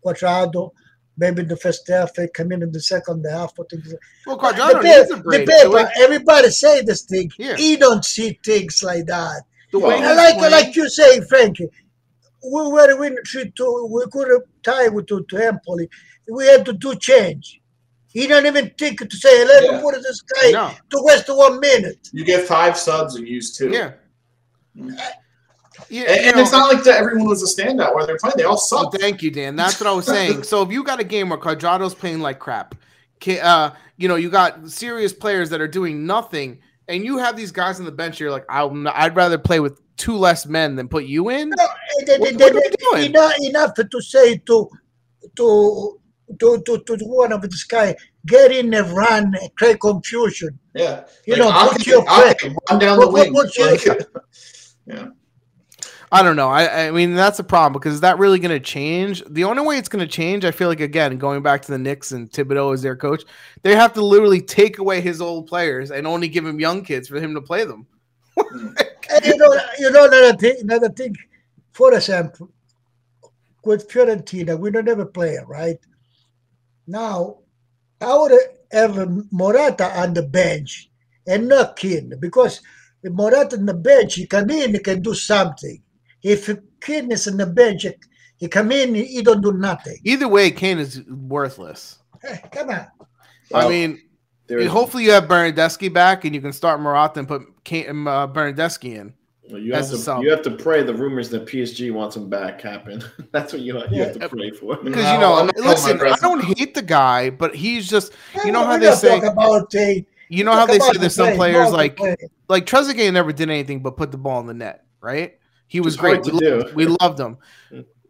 S4: Quadrado, maybe the first half, they come in in the second half. Or things. like-
S1: Well,
S4: the
S1: Quadrado needs
S4: paper,
S1: a break.
S4: the
S1: The
S4: paper
S1: way,
S4: everybody say this thing.
S1: Yeah.
S4: He don't see things like that.
S1: the way
S3: Well,
S1: he's
S4: And like
S1: playing-
S4: like you say, Frankie, we were winning three two. We could have tied to, to Empoli. We had to do change. He don't even think to say, let me
S2: Yeah.
S4: put this guy
S1: no,
S4: to waste one minute.
S2: you get five subs and use two.
S1: yeah.
S2: Mm.
S1: Yeah,
S2: And,
S1: you
S2: and
S1: know,
S2: it's not like that everyone was a standout where they're playing. They all
S1: Well,
S2: sucked.
S1: thank you, Dan. That's what I was saying. So if you got a game where Cuadrado's playing like crap, ca- uh, you know, you got serious players that are doing nothing, and you have these guys on the bench, you're like, I'm not, I'd rather play with two less men than put you in.
S4: they,
S1: What-
S4: they-
S1: what are
S4: they-
S1: we doing?
S4: Enough, enough to say to to to to, to one of this guy get in and run create confusion.
S2: Yeah,
S4: You
S2: Like,
S4: know,
S2: I'll
S4: put
S2: get-
S4: your
S2: I'll *laughs*
S4: back-
S2: get run down
S4: put-
S2: the wing.
S4: put your-
S2: Like,
S1: I don't know. I, I mean, that's a problem because is that really going to change? The only way it's going to change, I feel like, again, going back to the Knicks and Thibodeau as their coach, they have to literally take away his old players and only give him young kids for him to play them.
S4: And you know, you know another thing. Another thing, for example, with Fiorentina, we don't have a player, right? Now, I would have Morata on the bench and not Keane because if Morata on the bench, he come in, he can do something. If Keane is on the bench, he come in, he don't do nothing.
S1: Either way, Kane is worthless.
S4: Hey, come on.
S1: I
S2: uh,
S3: Well,
S1: mean,
S3: there is-
S1: hopefully you have Bernadeschi back and you can start Morata and put Kane, uh, Bernadeschi in.
S3: Well, you have
S1: That's a
S3: to
S1: sum.
S3: you have to pray the rumors that PSG wants him back happen. *laughs* That's what you you have
S1: Yeah.
S3: to pray for.
S1: Because you
S2: No,
S1: know,
S2: I'm not holding my
S1: listen, I
S2: breath.
S1: don't hate the guy, but he's just You know
S4: We're
S1: how they
S4: not
S1: say-
S4: talking about a,
S1: you know how
S4: talk
S1: they
S4: about
S1: say
S4: the
S1: there's some
S4: play,
S1: players
S4: about the
S1: like
S4: play.
S1: like Trezeguet never did anything but put the ball in the net, right? He was
S3: It's
S1: great.
S3: hard
S1: We,
S3: to
S1: loved,
S3: do.
S1: we loved him.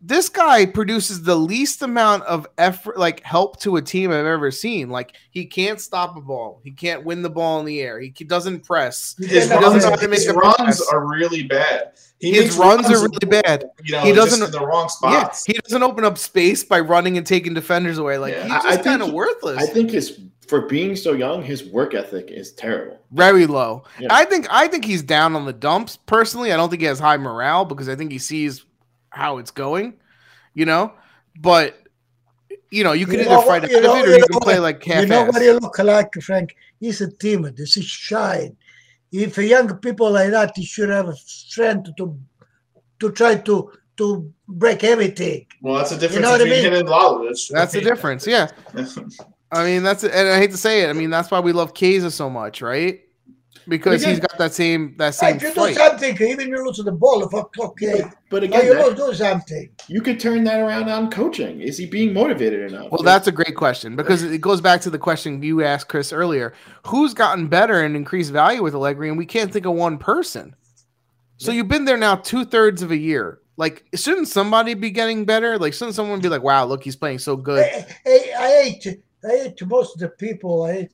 S1: This guy produces the least amount of effort, like help to a team I've ever seen. Like he can't stop a ball. He can't win the ball in the air. He, he doesn't press.
S4: You
S2: His
S1: He
S4: cannot
S1: doesn't
S2: runs,
S1: know
S4: play.
S1: how to make
S2: his
S1: a
S2: runs
S1: pass.
S2: are really bad. He
S1: His
S2: makes
S1: runs are really bad.
S2: You know,
S1: He
S2: just
S1: doesn't-
S2: in the wrong
S1: Yeah,
S2: spots.
S1: he doesn't open up space by running and taking defenders away. Like
S2: Yeah.
S1: he's
S3: I- I
S1: just
S3: think
S1: kind of
S3: he-
S1: worthless.
S3: I think his for being so young, his work ethic is terrible.
S1: very low.
S3: Yeah.
S1: I think I think he's down on the dumps personally. I don't think he has high morale because I think he sees how it's going, you know. But you know, you can
S4: You
S1: either
S4: know
S1: fight
S4: what-
S1: out
S4: you
S1: of
S4: know-
S1: it or
S4: you
S1: you
S4: know
S1: can play like half
S4: you know what he look like, Frank? He's a timid. He's shy. If young people like that, he should have strength to to try to to break everything.
S2: Well, that's a difference
S4: know what I
S2: between
S4: mean?
S2: him and Lalovic.
S1: That's the difference, yeah. I mean, that's and I hate to say it. I mean, that's why we love Keza so much, right? Because
S3: Again-
S1: he's got that same that same
S4: If you do
S1: fight.
S4: something, even you lose the ball, fuck, okay.
S3: But
S1: Oh,
S4: Now
S3: again,
S4: you
S3: that-
S4: will do something.
S3: you could turn that around on coaching. Is he being motivated enough?
S1: Well, that's a great question because it goes back to the question you asked Chris earlier. Who's gotten better and increased value with Allegri? And we can't think of one person. So you've been there now two thirds of a year. Like, shouldn't somebody be getting better? Like, shouldn't someone be like, wow, look, he's playing so good?
S4: I, I, I hate I hate most of the people. I hate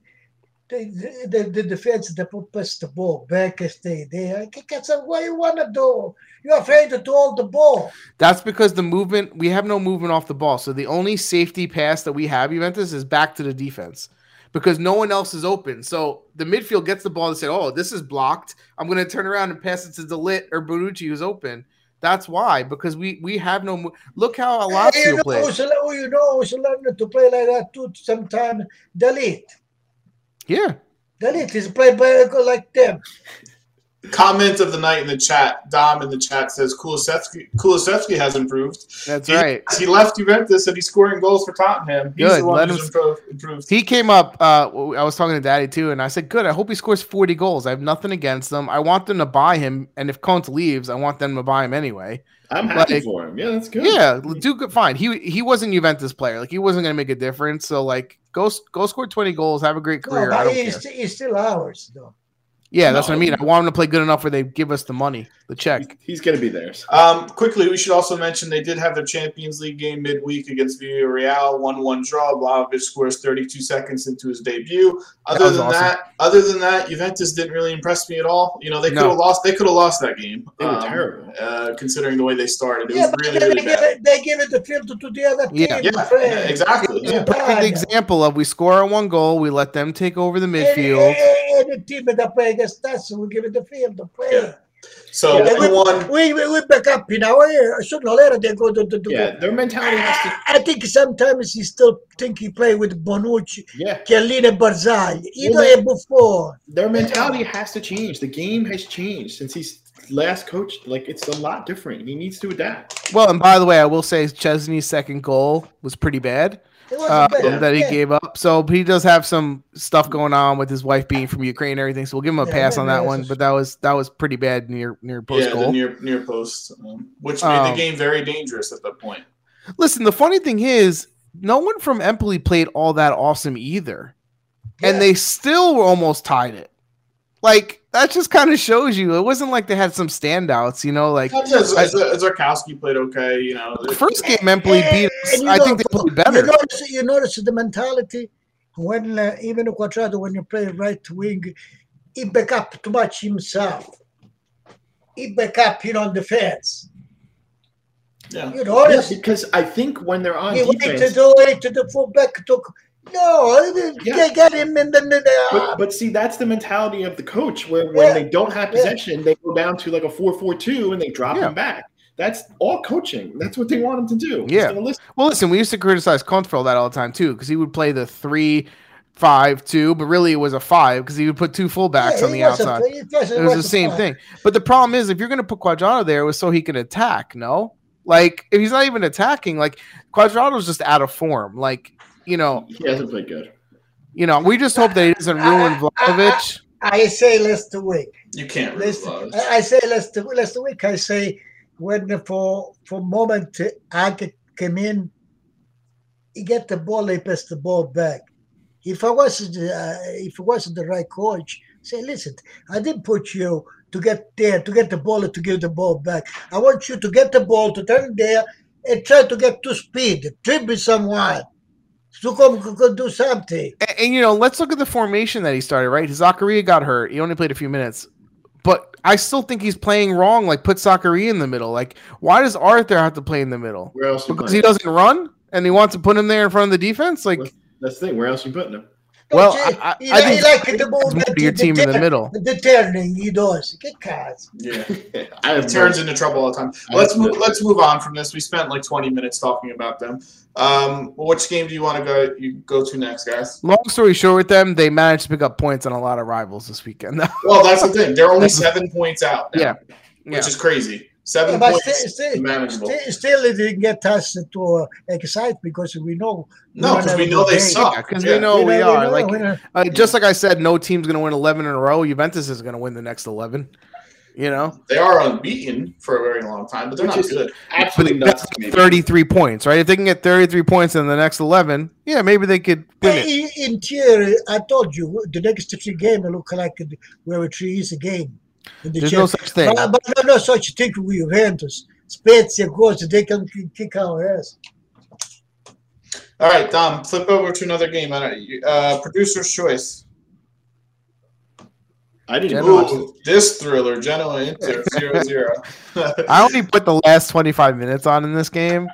S4: the, the, the defense that put pass the ball back if they they I can get some what you wanna do. You're afraid to hold the ball.
S1: That's because the movement, we have no movement off the ball. So the only safety pass that we have, Juventus, is back to the defense because no one else is open. So the midfield gets the ball and say, oh, this is blocked. I'm going to turn around and pass it to Delit or Bonucci who's open. That's why, because we we have no. Mo- Look how
S4: And you
S1: Alacio
S4: know
S1: plays.
S4: who's le- you know who's learning to play like that too sometimes Dalit.
S1: Yeah.
S4: Dalit is played by like them.
S2: *laughs* Comment of the night in the chat. Dom in the chat says Kulisevsky, Kulisevsky has improved.
S1: That's
S2: Yeah.
S1: right.
S2: He left Juventus and he's scoring goals for Tottenham. He's
S1: Good,
S2: the one
S1: let
S2: who's
S1: him-
S2: improved. improved.
S1: He came up. Uh, w- I was talking to Daddy too, and I said, "Good. I hope he scores 40 goals. I have nothing against them. I want them to buy him, and if Conte leaves, I want them to buy him anyway.
S3: I'm happy
S1: like-
S3: for him. Yeah, that's good.
S1: Yeah, l- do good. Fine. He he wasn't Juventus player. Like he wasn't going to make a difference. So like, go s- go score 20 goals. Have a great
S4: No,
S1: career. I
S4: but
S1: don't
S4: he's,
S1: care.
S4: he's still ours though.
S1: Yeah, that's
S3: No.
S1: what I mean. I want him to play good enough where they give us the money, the
S3: He's,
S1: check.
S3: he's gonna be theirs.
S2: Um, quickly, we should also mention they did have their Champions League game midweek against Villarreal, one-one draw. Vlahovic scores 32 seconds into his debut. Other
S1: was
S2: than
S1: awesome.
S2: that, other than that, Juventus didn't really impress me at all. You know, they could
S1: No.
S2: have lost. They could have lost that game.
S3: They were
S2: um,
S3: terrible.
S2: uh, considering the way they started. It
S4: Yeah,
S2: was
S4: but
S2: really,
S4: then
S2: really
S4: they, give
S2: bad.
S4: it, they give it the field to the other
S1: Yeah.
S4: team.
S2: Yeah,
S4: Frank.
S2: yeah, exactly.
S1: It's
S2: Yeah.
S1: a perfect
S4: Yeah.
S1: example of we score our one goal, we let them take over the midfield.
S4: Any, any team that play against us, we give it the field to play.
S2: Yeah. So
S3: Yeah,
S4: we,
S2: one-one.
S4: we, we, we back up in our area. Sooner or later, they go to the. to
S3: Yeah, their mentality has
S4: I, I think sometimes he still think he play with Bonucci,
S3: to. Yeah,
S4: Chiellini, Barzagli, even
S3: Well,
S4: before.
S3: their mentality has to change. The game has changed since he's last coached. Like it's a lot different. He needs to adapt.
S1: Well, and by the way, I will say Chesney's second goal was pretty bad.
S4: It wasn't
S1: uh,
S4: bad.
S1: that he
S4: Yeah.
S1: gave up. So he does have some stuff going on with his wife being from Ukraine and everything. So we'll give him a
S4: Yeah,
S1: pass on
S4: maybe
S1: that
S4: that's
S1: one.
S4: just-
S1: But that was that was pretty bad near near post
S2: yeah, the
S1: goal.
S2: near near post, um, which made
S1: Um,
S2: the game very dangerous at that point.
S1: Listen, the funny thing is, no one from Empoli played all that awesome either,
S4: Yeah.
S1: and they still were almost tied it. Like that just kind of shows you it wasn't like they had some standouts, you know. Like
S2: Sometimes
S1: I-
S2: Zarkowski played okay, you know.
S1: the first game, Empoli beat us.
S4: And you
S1: I
S4: know,
S1: think they played
S4: You
S1: better.
S4: notice, you notice the mentality when uh, even Quadrado, when you play right wing, he back up too much himself. He back up, you know, on defense.
S2: Yeah.
S4: You know,
S3: Yeah,
S4: it's-
S3: because I think when they're on
S4: he waited
S3: defense,
S4: to do it to the fullback took. No,
S3: Yeah.
S4: they got him in the. the- the-
S3: but, but see, that's the mentality of the coach where when
S4: Yeah.
S3: they don't have
S4: Yeah.
S3: possession, they go down to like a 4 4 2 and they drop
S1: Yeah.
S3: them back. That's all coaching. That's what they want them to do.
S1: Yeah.
S3: Instead of listen-
S1: Well, listen, we used to criticize Kuntz for all that all the time too, because he would play the three, five, two, but really it was a five because he would put two fullbacks
S4: Yeah,
S1: on
S4: he
S1: the
S4: was a-
S1: outside.
S4: he *laughs* was- he
S1: it was the
S4: was a
S1: same
S4: five.
S1: thing. But the problem is, if you're going to put Quadrado there, it was so he can attack. No, like if he's not even attacking, like Quadrado's just out of form. Like you know,
S3: He hasn't played good.
S1: you know, we just hope that he doesn't ruin Vlahovic.
S4: I say last week.
S2: You can't really
S4: Last,
S2: love.
S4: I I say last last week. I say when for for moment Ag came in, he get the ball. He passed the ball back. If I wasn't uh, if I wasn't the right coach, say listen, I didn't put you to get there to get the ball and to give the ball back. I want you to get the ball to turn there and try to get to speed, dribble someone, to come go- go do something.
S1: And, and, you know, let's look at the formation that he started. Right, Zakaria got hurt. He only played a few minutes, but I still think he's playing wrong. Like put Zakaria in the middle. Like why does Arthur have to play in the middle?
S3: Where else you
S1: Because
S3: putting
S1: he
S3: him?
S1: doesn't run, and he wants to put him there in front of the defense. Like
S3: That's the thing. Where else you putting him?
S1: Well,
S4: Don't you-
S1: I- I-
S4: he,
S1: I
S4: li-
S1: think
S4: he like the ball
S1: it's more
S4: that
S1: to your team in the middle.
S4: The turning he does. Get cards.
S2: Yeah.
S3: *laughs* I have
S2: It
S3: no-
S2: turns into trouble all the time.
S3: I
S2: Let's
S3: have no-
S2: move. Let's move on from this. We spent like 20 minutes talking about them. Um, which game do you want to go? You go to next, guys.
S1: Long story short, with them, they managed to pick up points on a lot of rivals this weekend.
S2: Well, that's the thing. They're only seven points out. now,
S1: Yeah.
S2: *laughs* which is crazy. Seven
S4: Yeah, but
S2: points.
S4: still, still,
S2: manageable.
S4: still, still it didn't get us to uh, excite because we know
S2: No, because we know they suck.
S1: because
S2: Yeah.
S1: we know we
S4: know-
S1: are.
S4: know-
S1: like,
S4: we know.
S1: uh, just like I said, no team's going to win 11 in a row. Juventus is going to win the next 11. You know,
S2: They are unbeaten for a very long time, but they're
S3: Which
S2: not
S3: is-
S2: good.
S3: Absolutely
S1: But that's
S3: nuts. to me.
S1: 33 points, right? If they can get 33 points in the next 11, yeah, maybe they could win it.
S4: Eh, In, in theory, I told you the next three games look like the- we were three is a game. In the
S1: There's no
S4: Champions-
S1: such thing.
S4: But, but no, no such thing with Juventus. Spezia goes, they can kick our ass.
S2: All right, Dom, flip over to another game. I don't- you- Uh, producer's choice.
S3: I didn't
S1: Genoa.
S3: watch it.
S2: Ooh, this thriller, Genoa Inter 0 0.
S3: *laughs*
S2: *laughs*
S1: I only put the last 25 minutes on in this game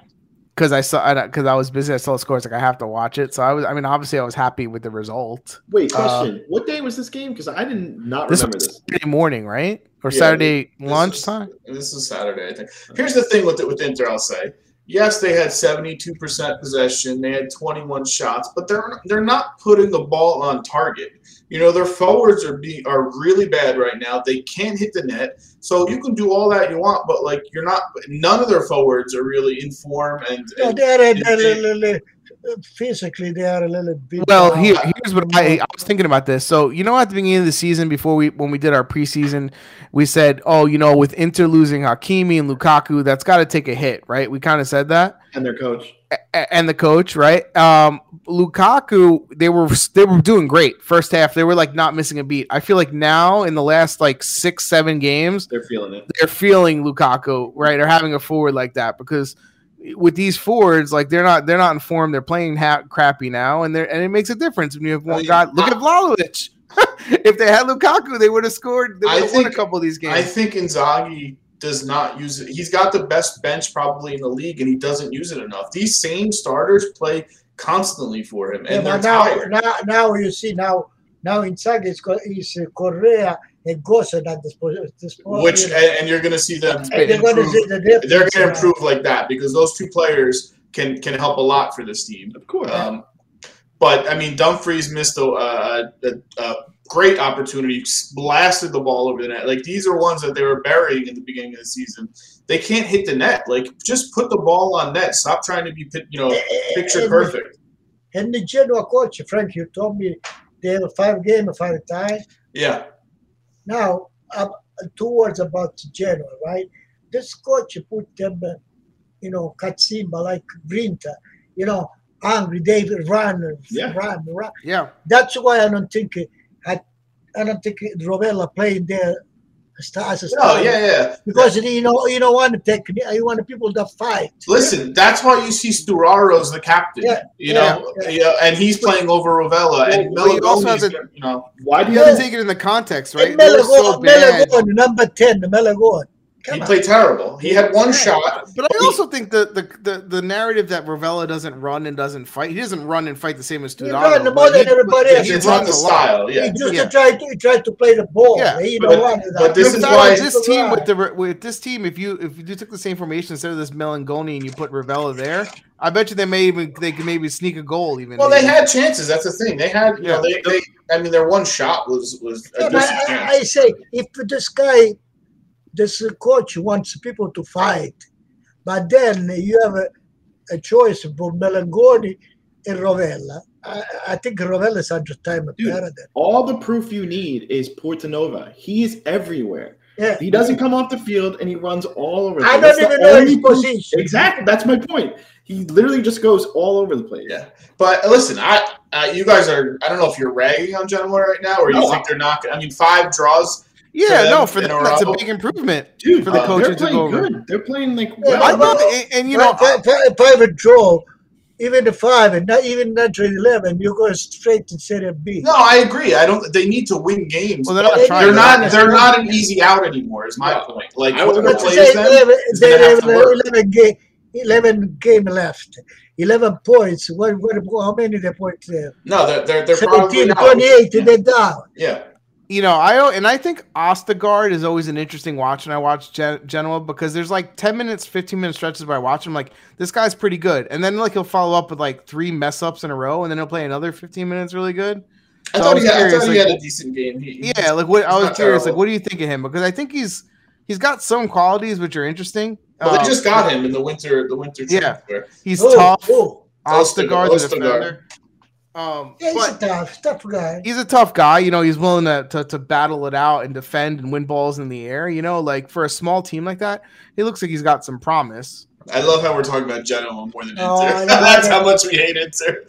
S1: because I saw because I was busy. I saw the scores. Like I have to watch it. So I was. I mean, obviously, I was happy with the result.
S3: Wait,
S1: Uh,
S3: question. what day was this game? Because I did not
S1: This
S3: remember
S1: was-
S3: this.
S1: Saturday morning, right? Or
S2: Yeah,
S1: Saturday
S2: This
S1: lunchtime?
S2: Is, this is Saturday, I think. Here's the thing with with Inter. I'll say, yes, they had 72% possession. They had 21 shots, but they're they're not putting the ball on target. You know, their forwards are be are really bad right now. They can't hit the net. So you can do all that you want, but like you're not. None of their forwards are really in form. And,
S4: No,
S2: and
S4: they are a little, little, physically they are a little bit.
S1: Well,
S4: down.
S1: here, here's what I, I was thinking about this. So you know, at the beginning of the season, before we when we did our preseason, we said, "Oh, you know, with Inter losing Hakimi and Lukaku, that's got to take a hit, right?" We kind of said that,
S3: And their coach.
S1: A- and the coach, right? Um, Lukaku, they were they were doing great first half. They were like not missing a beat. I feel like now in the last like six seven games,
S3: They're feeling it.
S1: they're feeling Lukaku, right? Or having a forward like that because with these forwards, like they're not they're not in form. They're playing ha- crappy now, and they're and it makes a difference when you have one guy. Look at Vlahovic. *laughs* if they had Lukaku, they would have scored. They
S2: I
S1: would have won a
S2: think-
S1: couple of these
S2: I
S1: games.
S2: think Inzaghi does not use it. He's got the best bench probably in the league, and he doesn't use it enough. These same starters play constantly for him,
S4: Yeah,
S2: and
S4: but
S2: they're
S4: now,
S2: tired.
S4: now, now you see now, now Inzaghi is, co- is uh, Correa and Gossen at this point. This point
S2: Which and, and you're going to see them.
S1: And
S4: they're going to
S2: Improve.
S4: see the difference.
S2: They're going to
S4: now.
S2: improve like that because those two players can can help a lot for this team.
S3: Of course.
S1: Uh,
S2: Um, but I mean, Dumfries missed a, a, a, a great opportunity, blasted the ball over the net. Like these are ones that they were burying in the beginning of the season. They can't hit the net. Like just put the ball on net. Stop trying to be, pi- you know, picture
S4: and,
S2: perfect.
S4: And the Genoa coach, Frank, you told me they have five games, five ties.
S2: Yeah,
S4: Now, uh, two words about Genoa, right? This coach put them, uh, you know, Katsimba, like Brinta, you know, angry. They run,
S3: Yeah.
S4: run, run.
S1: Yeah,
S4: That's why I don't think I, I don't think Rovella playing there sta- as a
S2: no,
S4: starter.
S2: yeah, yeah.
S4: Because you know you don't want technique. You want people that fight.
S2: Listen, that's why you see Sturaro's the captain.
S4: Yeah,
S2: you know,
S4: yeah,
S2: yeah, and he's playing over Rovella and
S1: Well, he also
S2: Melagoni's,
S1: has
S2: you know.
S3: Why do
S1: you
S3: you
S1: got
S3: have
S1: to take it in the context,
S4: Right?
S1: right? They were so bad.
S4: number ten, Melagon. Come
S2: he
S4: on.
S2: played terrible. He had one
S4: Yeah.
S2: shot.
S1: But I also think the, the the the narrative that Ravella doesn't run and doesn't fight. He doesn't run and fight the same as
S4: He
S1: Studano.
S4: run more
S1: but
S4: than
S1: he-
S4: everybody
S1: but
S4: else.
S1: he
S2: It's
S1: runs
S2: on the
S1: a lot.
S2: style. Yeah.
S4: He just
S1: Yeah.
S4: tried to he tried to play the ball.
S1: Yeah,
S4: He
S2: but-
S4: don't want to
S2: but this
S1: But
S2: is
S1: not
S2: why-
S1: with this team with the with this team. If you if you took the same formation instead of this Melangoni and you put Ravella there, I bet you they may even they could maybe sneak a goal. Even
S2: Well, they had chances. That's the thing. They had. You know,
S1: Yeah.
S2: they, they. I mean, their one shot was was a
S4: Yeah, but
S2: decent
S4: I,
S2: chance.
S4: I say if this guy, this coach wants people to fight, but then you have a, a choice for Melangoni and Rovella. I, I think Rovella is hundred times
S3: Dude.
S4: better than.
S3: All the proof you need is Portanova. He is everywhere.
S4: Yeah,
S3: He doesn't come off the field and he runs all over. the
S4: I
S3: place.
S4: don't
S3: That's
S4: even
S3: the
S4: know
S3: only
S4: his
S3: proof-
S4: position.
S3: Exactly. That's my point. He literally just goes all over the place.
S2: Yeah. But listen, I, I you guys are. I don't know if you're ragging on Genoa right now, or you
S3: No,
S2: think they're not. gonna- I mean, five draws.
S1: yeah,
S2: for
S1: no,
S2: them
S1: for
S2: in
S1: them,
S2: a
S1: that's a
S2: row.
S1: big improvement.
S3: Dude,
S1: For the
S3: uh,
S1: coaches
S3: they're
S1: to
S3: playing
S1: go over.
S3: good. They're playing like
S4: Yeah,
S1: I
S3: well.
S1: know, and, and, you know,
S4: But if- if- if I have a draw, even a five, and not even not really eleven, you go straight to Serie B.
S2: No, I agree. I don't. They need to win games.
S1: Well, they're not
S2: but
S1: trying
S2: They're
S1: to.
S2: not. They're not an easy out anymore. Is my
S3: Yeah.
S2: point. Like
S3: I
S2: what
S3: would-
S2: they're
S4: But
S3: Let's
S2: playing
S4: say
S2: is them,
S4: 11,
S2: it's
S4: they
S2: gonna have
S4: have
S2: to work.
S4: 11 game, 11 game left. 11 points. What, what, how many the points there?
S2: No, they're they're, they're probably
S4: 17,
S2: not.
S4: 28, they're down.
S2: Yeah.
S1: you know, I and I think Ostaguard is always an interesting watch when I watch Gen- Genoa because there's like 10 minutes, 15 minute stretches where I watch him like this guy's pretty good. And then like he'll follow up with like three mess ups in a row and then he'll play another 15 minutes really good.
S2: I
S1: So
S2: thought,
S1: I was
S2: he, had, I
S1: curious,
S2: thought he
S1: like-
S2: had a decent game. He, he-
S1: Yeah, like what I
S2: He's
S1: was
S2: not
S1: curious, like
S2: terrible.
S1: what do you think of him? Because I think he's he's got some qualities which are interesting.
S2: Well, they
S1: Um,
S2: just got him in the winter. The winter.
S1: Yeah.
S2: transfer.
S1: He's
S4: Oh,
S1: tough.
S4: oh.
S1: Ostaguard's a
S2: Ostergaard.
S1: defender. Um,
S4: Yeah, he's
S1: but
S4: a tough, tough guy.
S1: he's a tough guy. You know, he's willing to, to to battle it out and defend and win balls in the air. You know, like for a small team like that, he looks like he's got some
S2: *laughs*
S1: promise.
S2: I love how we're talking about Genoa more than Inter. *laughs*
S4: Oh, I know.
S2: That's how much we hate Inter.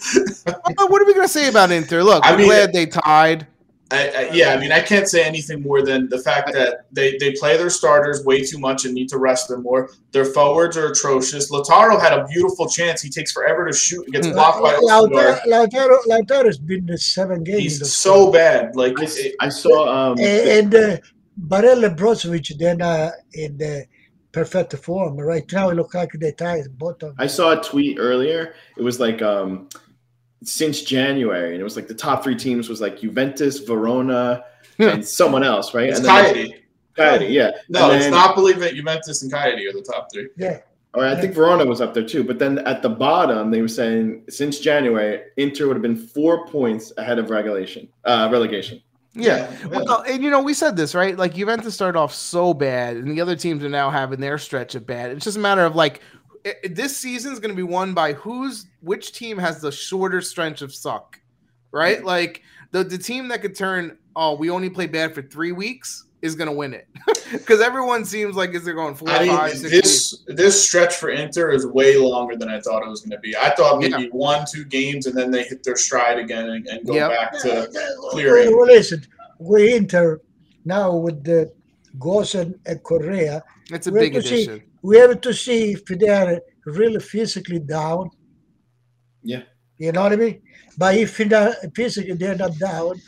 S1: But what are we gonna say about Inter? Look,
S2: I
S1: I'm
S2: mean-
S1: glad they tied.
S2: I, I, yeah, I mean, I can't say anything more than the fact that they, they play their starters way too much and need to rest them more. Their forwards are atrocious. Lautaro had a beautiful chance. He takes forever to shoot and gets
S1: Mm.
S2: blocked by Ostergaard.
S4: Lautaro, Lautaro, Lautaro's been the seven games.
S2: He's so bad. Like,
S3: I, s-
S2: it-
S3: I saw.
S1: Eh,
S3: Um,
S4: And, and uh, Barella Brozovic, then uh, in the perfect form. Right now, it looks like they tied both of them.
S3: I saw a tweet earlier. It was like um, since January, and it was like the top three teams was like Juventus, Verona, and someone else, right?
S2: it's
S3: and then-
S2: Coyote.
S3: Coyote, yeah.
S2: No,
S3: And
S2: it's
S3: then-
S2: not believe it. Juventus and Coyote are the top three.
S4: Yeah.
S3: Or I think Verona was up there too. But then at the bottom, they were saying since January, Inter would have been four points ahead of regulation, uh, relegation.
S1: Yeah.
S2: Yeah.
S1: Well, and you know, we said this, right? Like Juventus started off so bad, and the other teams are now having their stretch of bad. It's just a matter of like i- i- this season's going to be won by who's which team has the shorter stretch of suck, right? Like the the team that could turn oh we only play bad for three weeks is going to win it *laughs* because everyone seems like is they're going four,
S2: I
S1: five,
S2: mean,
S1: six weeks.
S2: this this stretch for Inter is way longer than I thought it was going to be. I thought maybe
S1: Yeah.
S2: one, two games, and then they hit their stride again and, and go
S1: Yep.
S2: back to. clear
S4: well,
S2: it.
S4: well, listen, we enter now with the Gosen and Correa.
S1: It's a
S4: we
S1: big
S4: have to see-
S1: addition.
S4: We have to see if they are really physically down.
S3: Yeah.
S4: You know what I mean? But if they're not, physically they're not down,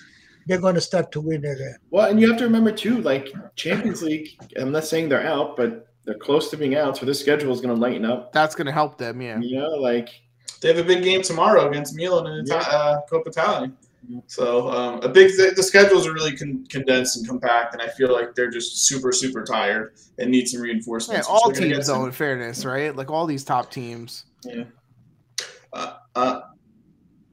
S4: they're going to start to win again.
S3: Well, and you have to remember too, like Champions League. I'm not saying they're out, but they're close to being out, so their schedule is going to lighten up.
S1: That's going to help them. Yeah.
S3: You know, like
S2: They have a big game tomorrow against Milan in Ita-
S3: Yeah.
S2: uh, Coppa Italia.
S3: Yeah.
S2: So um, a big the, the schedules are really con- condensed and compact, and I feel like they're just super super tired and need some
S1: Yeah,
S2: reinforcements. which
S1: all
S2: they're gonna get
S1: teams, though,
S2: soon.
S1: in fairness, right? Like all these top teams. *laughs*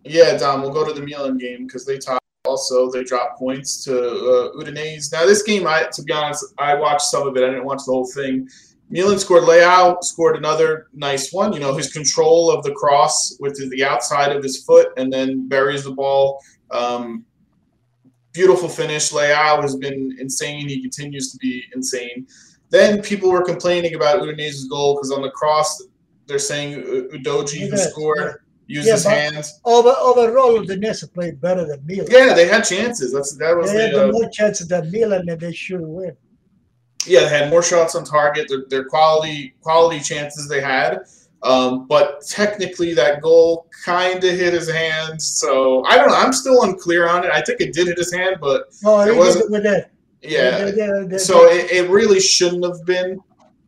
S2: Yeah, Dom, we'll go to the Milan game because they tied. Also, they dropped points to uh, Udinese. Now, this game, I to be honest, I watched some of it. I didn't watch the whole thing. Milan scored Leao, scored another nice one. You know, his control of the cross with the outside of his foot and then buries the ball. Um, beautiful finish. Leao has been insane. He continues to be insane. Then people were complaining about Udinese's goal because on the cross, they're saying U- Udoji, who
S4: Yeah.
S2: scored, used
S4: Yeah,
S2: his
S4: but-
S2: hands.
S4: Over, overall, the Nets played better than Milan.
S2: Yeah, they had chances. That's that was
S4: They had
S2: the, uh,
S4: more chances than Milan, and they should win.
S2: yeah. They had more shots on target. Their, their quality quality chances they had, um, but technically that goal kind of hit his hand. So I don't know. I'm still unclear on it. I think it did hit his hand, but
S4: No, it
S2: wasn't-
S4: with that.
S2: Yeah.
S4: The- the- the-
S2: So it, it really shouldn't have been.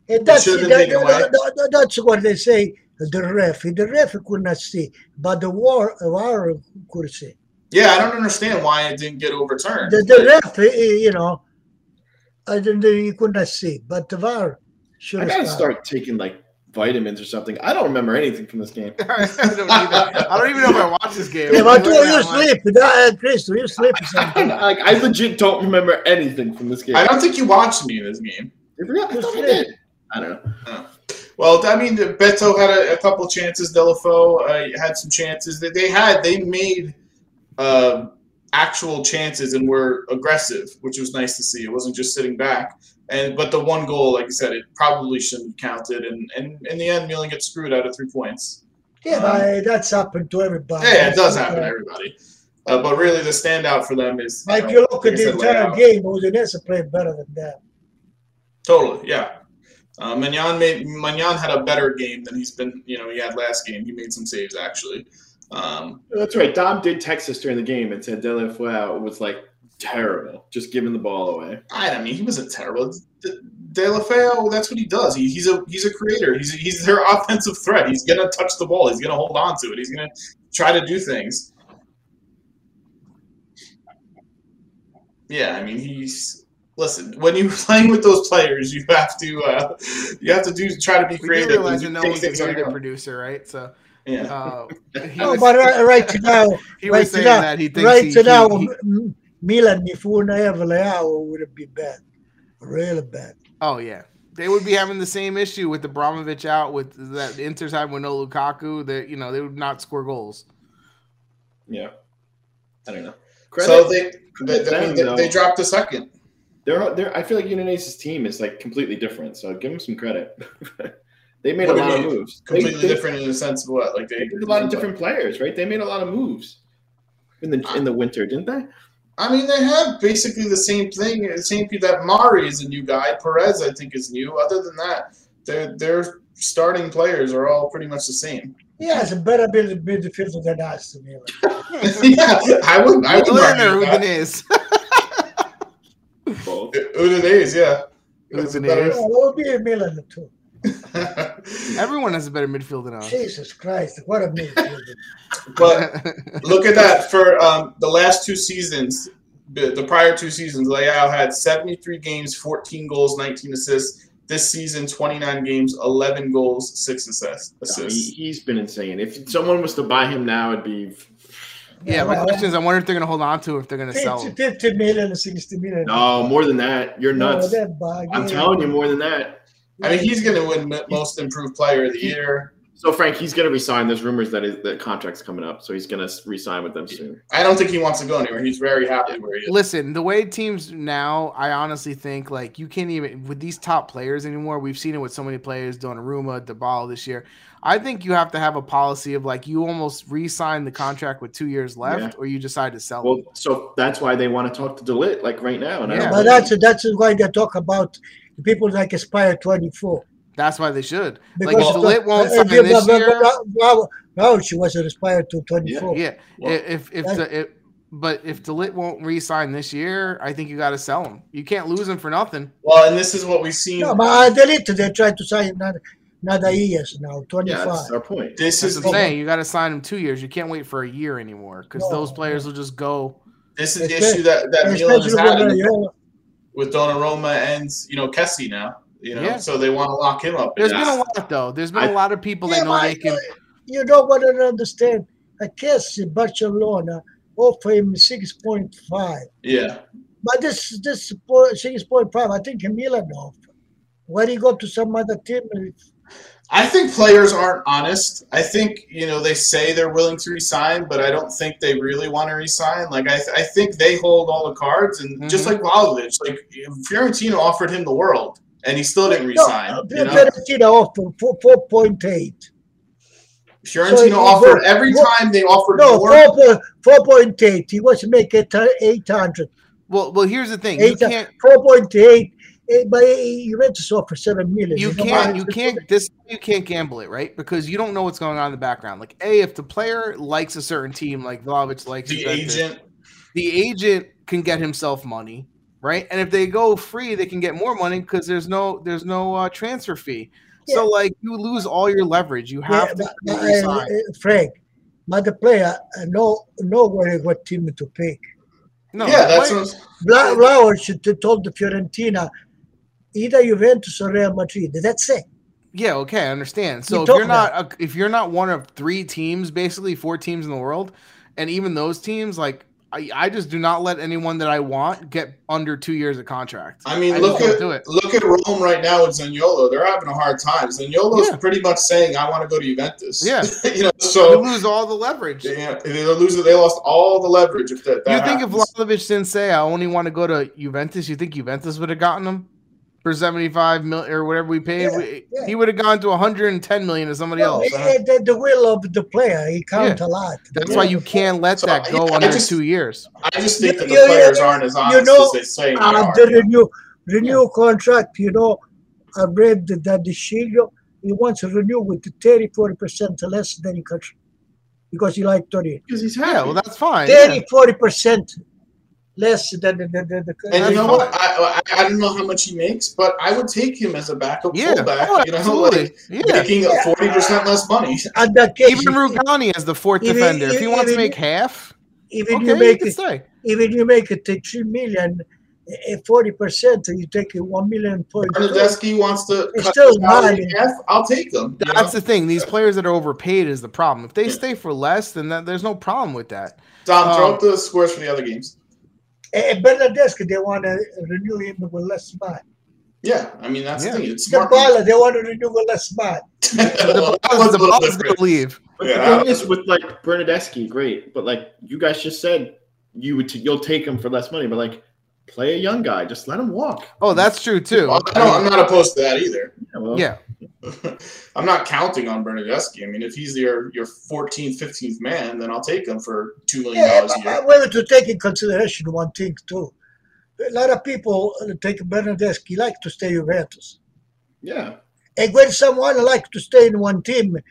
S4: And that's
S2: should've been
S4: that-
S2: taken away.
S4: that- that- that- that's what they say. The ref, the ref could not see, but the war, war could see.
S2: Yeah, I don't understand why it didn't get overturned.
S4: The, the ref, eh, eh, you know, I didn't, he could not see, but the war should
S3: I
S4: have
S3: gotta
S4: stopped.
S3: start taking like vitamins or something. I don't remember anything from this *laughs* game.
S1: I don't, even, I don't even know if I watched this game. *laughs*
S4: Yeah, but do
S1: Look at
S4: you
S1: that line.
S4: sleep? Uh, Chris, do you sleep?
S3: I, *laughs* don't know, like, I legit don't remember anything from this game.
S2: I don't think you watched me in this game.
S3: I forgot- I thought I did. I don't know.
S2: Well, I mean, Beto had a, a couple chances. Delafoe uh, had some chances that they had. They made uh, actual chances and were aggressive, which was nice to see. It wasn't just sitting back. And but the one goal, like I said, it probably shouldn't have counted. And, and in the end, Milan gets screwed out of three points.
S4: Yeah, but eh, that's happened to everybody.
S2: Yeah, it does happen to everybody. Uh, but really, the standout for them is
S4: Like
S2: know,
S4: you look
S2: like
S4: at
S2: I
S4: the
S2: said,
S4: entire
S2: Leao.
S4: game, Udinese played better than them.
S2: Totally, yeah. Uh, Magnan made Magnan had a better game than he's been. You know, he had last game. He made some saves actually. Um,
S3: That's right. Dom did text us during the game and said De La Fuente was like terrible, just giving the ball away.
S2: I, I mean, he wasn't terrible. De, De La Feo, that's what he does. He, he's a he's a creator. He's he's their *laughs* offensive threat. He's gonna touch the ball. He's gonna hold on to it. He's gonna try to do things. Yeah, I mean, he's listen. When you're *laughs* playing with those players, you have to uh, you have to do try to be
S1: We do
S2: creative.
S1: realize that
S2: and
S1: no
S2: take
S1: one's a
S2: things on
S1: good
S2: your own.
S1: producer, right? So
S2: Yeah.
S4: *laughs*
S1: uh, he
S4: No,
S1: was,
S4: but right, right now,
S1: he was
S4: right
S1: saying
S4: now-
S1: that he thinks
S4: right
S1: he,
S4: now,
S1: he- he-
S4: M- Milan, if we wouldn't have Leao, would it be bad? Really bad.
S1: Oh yeah, they would be having the same issue with Abramovich out with that Inter's having with no Lukaku. That you know they would not score goals.
S3: Yeah. I don't know.
S2: So they they,
S3: Credit
S2: they,
S3: them,
S2: they,
S3: though.
S2: they dropped a second.
S3: They're, they're, I feel like Udinese's team is like completely different. So give them some credit. *laughs* they made
S2: What do
S3: a
S2: you
S3: lot of
S2: mean?
S3: moves. They-
S2: Completely
S3: they-
S2: different in the sense of what like they
S3: They did a lot of different players, right? They made a lot of moves in the in the winter, didn't they?
S2: I mean, they have basically the same thing. The same people that Mari is a new guy. Perez, I think, is new. Other than that, their their starting players are all pretty much the
S3: *laughs*
S2: same. *laughs*
S4: Yeah, it's a better mid- midfielder than us, to me.
S2: yeah, I would. I would.
S1: Learner,
S2: argue
S1: who
S2: that.
S1: it is?
S3: Both.
S2: Udinese, yeah. That's a better-
S1: Udinese.
S4: Oh, it would be a Milan, too.
S1: *laughs* Everyone has a better midfield than us.
S4: Jesus Christ, what a midfielder.
S2: *laughs* but look at that for um, the last two seasons. The, the prior two seasons, Leao had 73 games, 14 goals, 19 assists. This season, 29 games, 11 goals, six assists.
S3: No, he,
S2: assists.
S3: he's been insane. If someone was to buy him now, it'd be
S1: *laughs* yeah, my
S4: Well,
S1: question is, I wonder if they're going to hold on to it, if they're going to sell
S4: 50,
S1: him.
S4: 50 million, 60 million.
S3: no more than that. You're
S4: No,
S3: nuts.
S4: that bug,
S3: I'm
S4: yeah.
S3: telling you, more than that.
S2: I mean, he's going to win m- most improved player of the year.
S3: So Frank, he's gonna resign. There's rumors that his that contract's coming up, so he's gonna s- resign with them soon.
S2: I don't think he wants to go anywhere. He's very happy where he is.
S1: Listen, the way teams now, I honestly think like you can't even with these top players anymore. We've seen it with so many players, Donnarumma, DeBall this year. I think you have to have a policy of like you almost re-sign the contract with two years left, or you decide to sell.
S3: Well, so that's why they want to talk to Delit like right now. And I
S1: Yeah.
S3: don't
S4: But
S3: know.
S4: that's, that's why they talk about people like Aspire 24.
S1: That's why they should. Like,
S4: Because
S1: if Delit won't sign
S4: uh, yeah,
S1: this
S4: but-
S1: year-
S4: but now, now, now she was inspired to 24.
S1: Yeah, i-
S3: Well,
S1: if if
S4: that-
S1: the if, but if Delit won't re-sign this year, I think you got to sell him. You can't lose him for nothing.
S2: Well, and this is what we've seen.
S4: No, but I delete. They try to sign another, another years now, 25.
S3: yeah, uh, that's our point.
S2: This
S1: That's
S2: is
S1: the thing. You got to sign him two years. You can't wait for a year anymore because those
S4: No.
S1: players will just go.
S2: this is the
S4: Especially-
S2: issue that that Milan
S4: Especially
S2: has had
S4: when uh,
S2: in-
S4: you
S2: with Donnarumma and you know Kessie now. You know,
S1: Yeah.
S2: so they want to lock him up.
S1: There's
S2: Yeah.
S1: been a lot though. There's been a
S3: I-
S1: lot of people
S4: Yeah,
S1: that know
S4: but
S1: they can.
S4: you know what I don't understand. I guess in Barcelona offer him 6.5,
S2: yeah,
S4: but this this po- 6.5, I think Milan offer. When he go to some other team,
S2: I think players aren't honest. I think you know they say they're willing to resign, but I don't think they really want to resign. Like I, th- I think they hold all the cards, and just
S1: Mhm.
S4: Mm-hmm.
S2: like Vlahovic, like Fiorentina offered him the world, and he still didn't resign.
S4: no,
S2: you know?
S4: Fiorentina offer four- 4.8. So
S2: Fiorentina
S4: he
S2: offered
S4: worked-
S2: every
S4: worked-
S2: time they offered
S4: No,
S2: more.
S4: 4, 4.8. He was making 800.
S1: Well, well, here's the thing. You
S4: Eight, uh,
S1: can't.
S4: four point eight, eh, but you went to sell for seven million.
S1: You
S4: know,
S1: can't.
S4: but-
S1: You can't. This you can't gamble it right because you don't know what's going on in the background. Like, a if the player likes a certain team, like Vlahovic likes
S2: The
S1: Juventus,
S2: agent,
S1: the agent can get himself money. right? And if they go free, they can get more money because there's no there's no uh, transfer fee.
S4: Yeah.
S1: So like you lose all your leverage. You have
S4: Yeah,
S1: to
S4: but, uh,
S1: resign.
S4: uh, Frank, but the player uh, know know where what team to pick.
S1: No,
S2: yeah, that's
S1: wait.
S2: what I'm-
S4: Bla- Vlahovic t- told the Fiorentina, either Juventus or Real Madrid. That's it.
S1: yeah. Okay, I understand. So if
S4: talk
S1: you're not a, if you're not one of three teams, basically four teams in the world, and even those teams, like I, I just do not let anyone that I want get under two years of contract.
S2: I mean,
S1: I
S2: look
S1: just
S2: at *laughs*
S1: don't do it.
S2: look at Rome right now with Zaniolo. They're having a hard time. Zaniolo's
S1: Yeah.
S2: pretty much saying, "I want to go to Juventus."
S1: Yeah.
S2: *laughs* you know,
S1: You
S2: so
S1: lose all the leverage.
S2: yeah, they lose. They lost all the leverage if that. that
S1: you think
S2: happens.
S1: if Vlahovic didn't say I only want to go to Juventus, you think Juventus would have gotten him for seventy five million or whatever we paid?
S4: Yeah,
S1: We-
S4: yeah.
S1: He would have gone to one hundred and ten million to somebody
S4: No,
S1: else.
S4: it- it- the, the will of the player, he counts a lot.
S1: That's why you can't let
S2: So,
S1: that go
S2: yeah, I
S1: under
S2: just-
S1: two years.
S2: I just think that the
S4: You- you-
S2: players aren't as honest
S4: know,
S2: as they say they are.
S4: After Uh, the new renew contract, you know, I read that the Shield he wants to renew with 30 40 percent less than he could because he like 30
S3: because he's happy.
S1: Yeah, well, that's fine.
S4: 30 40 percent less than the, the, the, the
S2: And you know
S1: That's
S2: what? I, I, I don't know how much he makes, but I would take him as a backup
S1: Yeah, yeah.
S2: fullback.
S1: Oh,
S2: you know, *laughs*
S1: absolutely.
S2: like
S1: yeah.
S2: making
S4: Yeah.
S2: forty percent less money.
S4: at that case,
S1: Even Rugani as the fourth
S4: Even-
S1: defender. If he wants to
S4: even-
S1: make half,
S4: even
S1: okay,
S4: you
S1: he
S4: make
S1: can
S4: it
S1: stay.
S4: even you make it to three million, forty percent, you take it one million point.
S2: Bernadeschi wants to
S4: It's
S2: cut
S4: still
S2: his salary in
S4: mine.
S2: half. I'll take him. you know?
S1: That's the thing. These players that are overpaid is the problem. If they stay for less, then that, there's no problem with that.
S2: Tom, throw
S1: um,
S2: up the scores for the other games.
S4: And Uh, Bernadeschi, they want to renew him with less money.
S2: Yeah, I mean that's
S1: Yeah.
S2: the thing. It's smart. *laughs*
S4: Kabbalah, they want to renew with less money.
S2: Well, that was a
S1: the
S2: little
S1: ball is going
S2: different.
S1: to leave.
S3: But
S2: Yeah.
S3: the thing is, with like Bernadeschi, great, but like you guys just said, you would t- you'll take him for less money, but like play a young guy, just let him walk.
S1: Oh, that's true too.
S2: Well, I don't, I'm not opposed to that either.
S3: Yeah, well,
S1: Yeah,
S2: *laughs* I'm not counting on Bernadeschi. I mean, if he's your your 14th, 15th man, then I'll take him for two million
S4: Yeah,
S2: dollars a
S4: but I
S2: year.
S4: wanted to take in consideration one thing too. A lot of people uh, take Bernadeschi like to stay Juventus,
S3: yeah.
S4: and when someone like to stay in one team, i- i-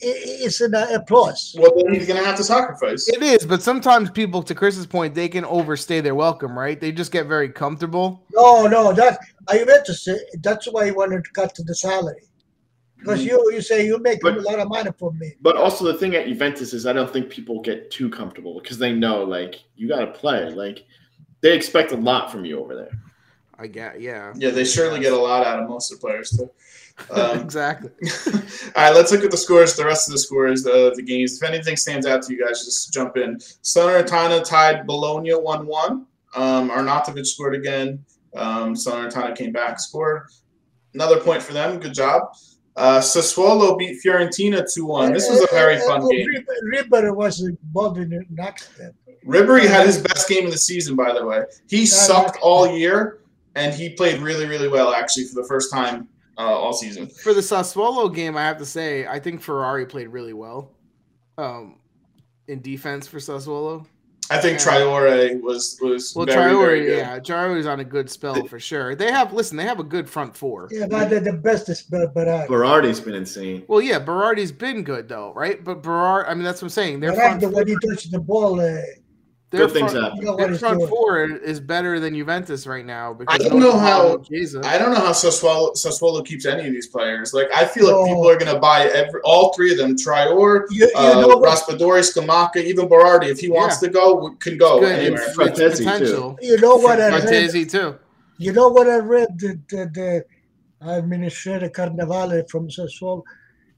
S4: it's an uh, applause.
S2: Well, then he's gonna have to sacrifice.
S1: it is. But sometimes people, to Chris's point, they can overstay their welcome. Right? They just get very comfortable.
S4: No, no, that I Juventus. uh, That's why he wanted to cut the salary.
S2: Mm.
S4: Because
S2: Mm-hmm.
S4: you, you say you make
S3: But-
S4: a lot of money for me.
S3: But also the thing at Juventus is I don't think people get too comfortable because they know like you got to play. Like they expect a lot from you over there.
S1: I get. Yeah.
S2: Yeah, they surely
S1: *laughs*
S2: get a lot out of most of the players. Though. Um,
S1: exactly.
S2: *laughs* All right, let's look at the scores. The rest of the scores, the the games. If anything stands out to you guys, just jump in. Salernitana tied Bologna one one. Um, Arnautovic scored again. Um, Salernitana came back, scored another point for them. Good job. Uh, Sassuolo beat Fiorentina two one. This was a very
S4: Uh,
S2: fun
S4: uh,
S2: game.
S4: Rib- Ribéry was involved in an accident.
S2: Ribery had his best game of the season, by the way. He sucked all year, and he played really, really well actually for the first time uh, all season.
S1: For the Sassuolo game, I have to say, I think Ferrari played really well, um, in defense for Sassuolo.
S2: I think
S1: Yeah.
S2: Triore was was
S1: Well,
S2: very, very
S1: Traore,
S2: good.
S1: yeah, Traore's on a good spell for sure. They have. Listen, they have a good front four.
S4: Yeah, but
S2: Mm-hmm.
S4: the, the best is Ber- Berardi.
S3: Berardi's been insane.
S1: Well, yeah, Berardi's been good though, right? But Berard, I mean, that's what I'm saying. Their front,
S4: Berardi, when he touched the ball, uh,
S1: their
S3: Good things
S1: front,
S4: you
S3: happen.
S4: know what
S1: their
S4: he's
S1: front
S4: doing.
S1: four is better than Juventus right now. Because
S2: I don't know how-
S1: Jesus.
S2: I don't know how Sassuolo, Sassuolo keeps any of these players. Like I feel
S4: No.
S2: like people are going to buy every, all three of them: Triore,
S4: You, you
S2: uh,
S4: know what?
S2: Raspadori, Scamacca, even Berardi. If he wants to go, w- can go
S1: It's good.
S2: anywhere.
S1: It's,
S3: Frattesi,
S1: it's
S3: Oh, too.
S1: potential.
S4: You know what I read?
S1: Frattesi too.
S4: You know what I read? The, the, the administrator Carnavale from Sassuolo,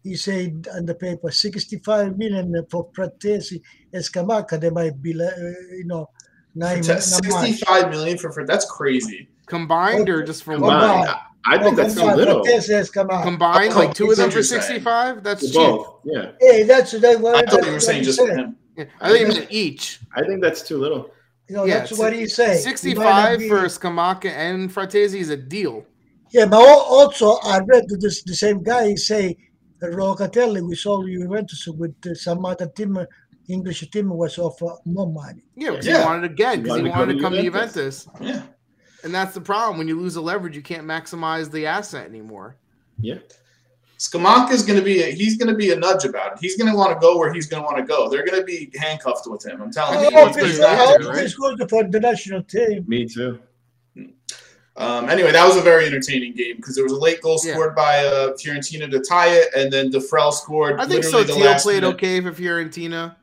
S4: he said on the paper, 65 million for Pratesi and Scamacca. They might be, like, uh, you know, nine,
S2: Te-
S4: nine months.
S2: Sixty-five million for, for that's crazy.
S1: Combined or just for
S4: Come
S1: one?
S4: on.
S3: Combined, I, I think that's too little.
S4: Pratesi and e Scamacca.
S1: Combined,
S2: Oh,
S1: like two of them for
S2: he's interesting.
S1: sixty-five. That's cheap.
S3: Both. Yeah,
S4: Hey, that's, that's what
S2: I
S4: Uh, that's
S2: thought you were
S4: what
S2: saying
S4: he
S2: just for
S4: said.
S2: him.
S1: Yeah, I think it was each.
S3: I think that's too little.
S4: You know,
S1: Yeah,
S4: that's
S1: it's-
S4: what he's saying. He might not
S1: Sixty-five
S4: be-
S1: for Scamacca and Frattesi is a deal.
S4: Yeah, but al- also I read that this the same guy say Locatelli. We saw Juventus with uh, some other team, uh, English team was offer more money.
S1: Yeah, because
S2: Yeah.
S1: he wanted again because he wanted to come to Juventus,
S2: Yeah.
S1: and that's the problem. When you lose the leverage, you can't maximize the asset anymore.
S2: Skamaka is going to be a, he's going to be a nudge about it. He's going to want to go where he's going to want to go. They're going to be handcuffed with him. I'm telling
S1: I
S4: I
S2: you.
S1: think
S4: hope
S1: he's
S2: He's
S4: it's-
S1: good
S4: I
S2: not
S1: out
S4: hope
S2: there,
S1: there,
S2: right?
S4: it's good for the national team.
S3: Me too.
S2: Um, anyway, that was a very entertaining game because there was a late goal scored by uh, Fiorentina to tie it, and then DeFrell scored.
S1: I think
S2: literally the
S1: Sotil
S2: last
S1: played
S2: minute.
S1: okay for Fiorentina.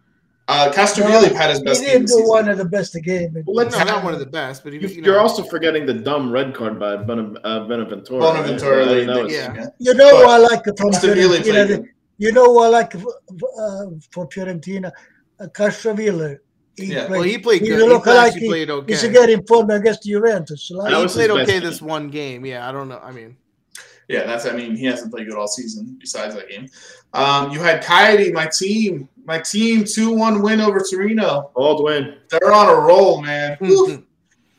S2: Uh, Castrovilli had his
S4: He
S2: best game. Of the
S4: didn't do
S2: season.
S4: one of the best games.
S3: Well, let's
S1: No, not one of the best, but he,
S3: You,
S1: you
S3: you are
S1: know.
S3: also forgetting the dumb red card by ben, uh, Benaventura. right?
S2: Bonaventura,
S3: I didn't
S2: they-
S3: notice.
S1: yeah.
S4: You know
S2: But
S4: who I like from
S2: Castrovilli
S4: Fiorentina.
S2: played. him.
S4: You know who I like f- f- uh, for Fiorentina, uh, Castroville. He
S2: Yeah.
S1: Well, he played
S4: He
S1: good. He
S4: looked
S1: thought
S4: like
S1: he
S4: he-
S1: played okay.
S4: He's getting formed against Juventus. Like,
S3: That
S1: he
S3: was his
S1: played
S3: best
S1: okay
S3: game.
S1: this one game. Yeah, I don't know. I mean,
S2: Yeah, that's. I mean, he hasn't played good all season. Besides that game, um, you had Coyote, my team, my team, two-one win over Torino.
S3: Old win.
S2: They're on a roll, man.
S1: hmm.
S2: Whew.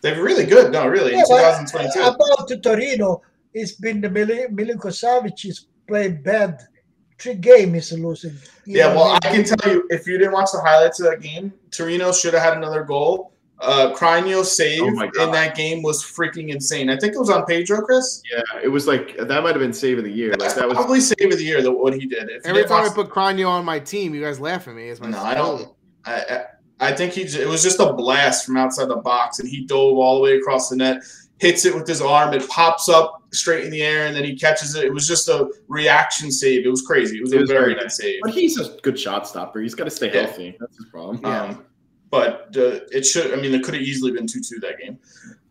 S2: They're really good. No, really.
S4: Yeah,
S2: in
S4: but
S2: 2022.
S4: about to Torino, it's been the Mil- Milinko Savic is playing bad. Three games is losing. You
S2: Yeah,
S4: know
S2: well, I
S4: what mean?
S2: can
S4: *laughs*
S2: tell you if you didn't watch the highlights of that game, Torino should have had another goal. Uh, Cranio's save
S3: Oh my God.
S2: in that game was freaking insane. I think it was on Pedro, Chris.
S3: Yeah, it was like that might have been save of the year. Like
S2: That's *laughs*
S3: that was
S2: probably save of the year. That what he did. If you
S1: every
S2: didn't
S1: time I
S2: watch-
S1: put Cranio on my team, you guys laugh at me. It's my
S2: no, I don't. I, I I think he. j- It was just a blast from outside the box, and he dove all the way across the net, hits it with his arm. It pops up straight in the air, and then he catches it. It was just a reaction save. It was crazy. It was
S3: It
S2: a
S3: was
S2: very
S3: very
S2: good save.
S3: But he's a good shot stopper. He's got to stay
S2: Yeah.
S3: healthy. That's his problem.
S1: Yeah.
S2: Um, but uh, it should. I mean, it could have easily been two-two that game.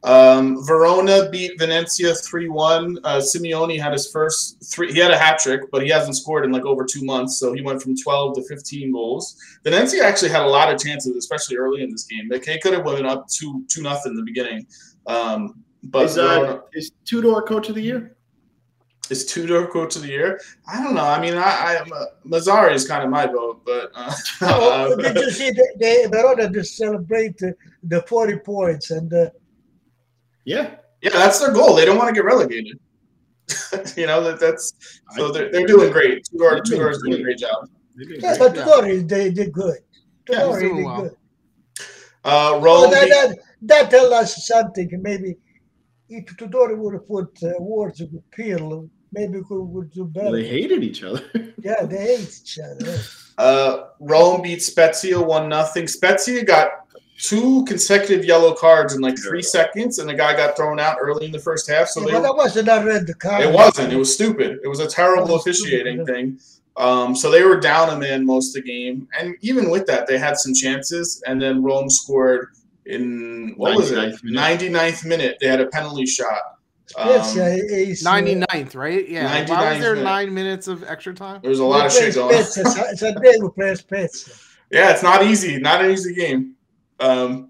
S2: Um, Verona beat Venezia three-one. Uh, Simeone had his first three. He had a hat trick, but he hasn't scored in like over two months. So he went from twelve to fifteen goals. Venezia actually had a lot of chances, especially early in this game. They could have went up two two nothing in the beginning. Um, but
S3: Is, uh,
S2: Verona
S3: is Tudor coach of the year?
S2: is Tudor coach of the year. I don't know. I mean, I, I uh, Mazzari is kind of my vote, but uh, *laughs*
S4: Oh, did you see the, the Verona just celebrate the, the 40 points and uh,
S3: Yeah,
S2: Yeah, that's their goal. They don't want to get relegated. *laughs* you know that that's so they're, they're doing great. Tudor Tudor is doing a great job.
S3: They've been
S4: yeah,
S3: great.
S4: but
S1: Yeah.
S4: Torino they did good.
S1: he's
S2: Yeah,
S4: Torino
S1: doing
S4: did
S1: well.
S4: good.
S2: Uh,
S4: Well,
S2: Rome.
S4: that,
S2: beat-
S4: that, that tells us something. Maybe if Tudor would have put uh, words with Peel, maybe we would do
S3: Well,
S4: better.
S3: they hated each other. *laughs*
S4: Yeah, they hate each other.
S2: Uh, Rome beat Spezia one nothing. Spezia got two consecutive yellow cards in like three seconds, and the guy got thrown out early in the first half. So
S4: Yeah,
S2: they
S4: but
S2: were
S4: that wasn't a red card.
S2: It wasn't. It was stupid. It was a terrible
S4: It was stupid,
S2: officiating
S4: yeah.
S2: thing. Um, so they were down a man most of the game, and even with that, they had some chances. And then Rome scored in what was it?
S3: 99th minute.
S2: 99th minute. They had a penalty shot. Um,
S4: Spezia is, uh,
S1: 99th, right? Yeah. Why was
S2: 99th
S1: there
S2: minute.
S1: nine minutes of extra time?
S2: There was a lot of
S4: they
S2: shit
S4: play
S2: going. on.
S4: Spezia. It's a- It's a day we play Spezia.
S2: Yeah, it's not easy. Not an easy game. Um,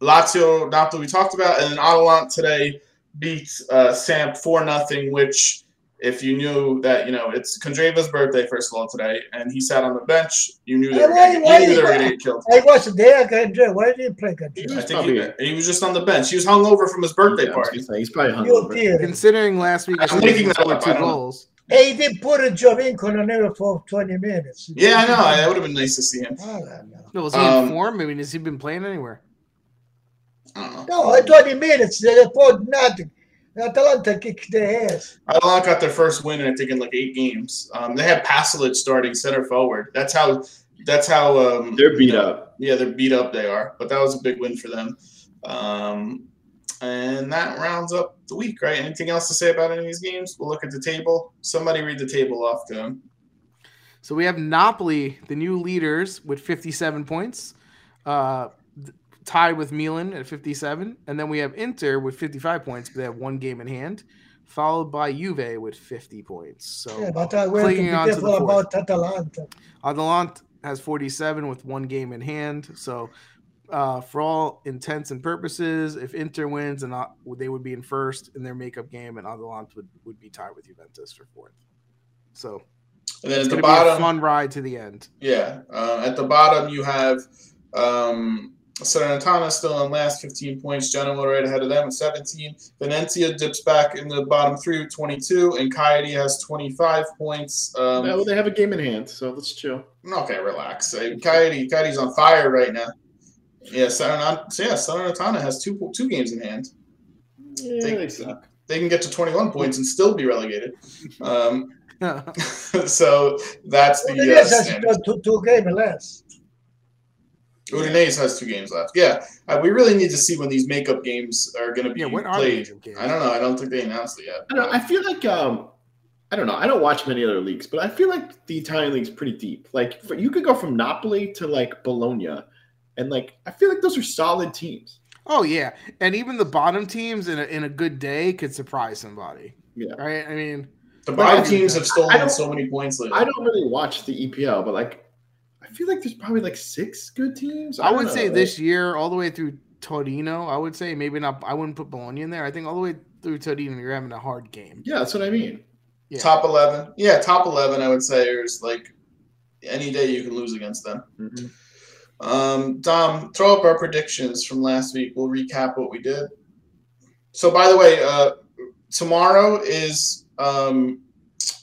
S2: Lazio, Napoli, we talked about, and then Atalanta today beats uh, Samp four nothing. Which, if you knew that, you know, it's Kondrava's birthday first of all today, and he sat on the bench. You knew they were
S4: Why-
S2: going
S4: why-
S2: to get killed.
S4: I wasn't there, Kendra. Why did you play
S2: He
S4: Kendra?
S2: was,
S3: was
S2: I think he,
S3: probably-
S2: he was just on the bench. He was hungover from his birthday
S3: Yeah, I was
S2: party.
S3: gonna say, He's probably
S4: You're
S3: hungover.
S4: there.
S1: Considering last week I
S2: I'm making
S1: only
S2: that
S1: scored
S2: up,
S1: two
S2: I don't know.
S1: goals.
S4: Hey, he did put a Jovinko on there for 20 minutes.
S2: Yeah, I know. That would have been nice to see him.
S4: I don't know.
S1: No, was he
S2: Um,
S1: in form? I mean, has he been playing anywhere?
S2: I don't know.
S4: No, at 20 minutes, they put nothing. Atalanta kicked their ass.
S2: Atalanta got their first win, in, I think, in like eight games. Um, they had Pasalic starting center forward. That's how. That's how. Um,
S3: They're
S2: you
S3: beat
S2: know,
S3: up.
S2: Yeah, they're beat up. They are, but that was a big win for them. Um, and that rounds up the week, right? Anything else to say about any of these games? We'll look at the table. Somebody read the table off to them.
S1: So we have Napoli, the new leaders, with 57 points, uh, th- tied with Milan at 57. And then we have Inter with 55 points, but they have one game in hand, followed by Juve with 50 points. So
S4: Yeah, but I will be
S1: Clinging on to the
S4: careful
S1: fourth.
S4: about Atalanta.
S1: Adelant has 47 with one game in hand. So, uh, for all intents and purposes, if Inter wins, and not, they would be in first in their makeup game, and Adelant would, would be tied with Juventus for fourth. So,
S2: And then
S1: it's
S2: at
S1: going
S2: the
S1: to be a
S2: bottom,
S1: fun ride to the end. *laughs*
S2: yeah, uh, at the bottom you have um, Salernitana still on last 15 points. Genoa right ahead of them at 17. Venezia dips back in the bottom three with 22, and Coyote has 25 points. Um,
S3: well, they have a game in hand, so let's chill.
S2: Okay, relax. Uh, Coyote, Coyote's on fire right now. Yeah, Salernitana, yeah, Salernitana has two two games in hand.
S3: Yeah,
S2: They-
S3: they suck.
S2: They can get to 21 points and still be relegated. Um, *laughs*
S1: yeah,
S2: so that's
S4: Well,
S2: the
S4: the
S2: uh,
S4: yes, has
S2: standard.
S4: got two, two games less.
S2: Udinese has two games left. Yeah, uh, we really need to see when these makeup games are going to be
S1: Yeah, when are the
S2: played.
S1: major games?
S2: I don't know. I don't think they announced it yet.
S3: I don't. I feel like um, I don't know. I don't watch many other leagues, but I feel like the Italian league's pretty deep. Like for, you could go from Napoli to like Bologna, and like I feel like those are solid teams.
S1: Oh yeah, and even the bottom teams in a, in a good day could surprise somebody.
S3: Yeah.
S1: Right. I mean,
S2: The
S1: But I
S2: bottom
S1: don't-
S2: teams have
S3: I
S2: stolen
S3: don't-
S2: so many points lately.
S3: I don't really watch the EPL, but like I feel like there's probably like six good teams.
S1: I
S3: don't
S1: would
S3: know,
S1: say
S3: like-
S1: this year all the way through Torino. I would say maybe not. I wouldn't put Bologna in there. I think all the way through Torino, you're having a hard game.
S3: Yeah, that's what I mean.
S1: Yeah.
S2: Top eleven. Yeah, top eleven. I would say is like any day you can lose against them.
S3: Mhm.
S2: Um, Dom, throw up our predictions from last week. We'll recap what we did. So, by the way, uh, tomorrow is um,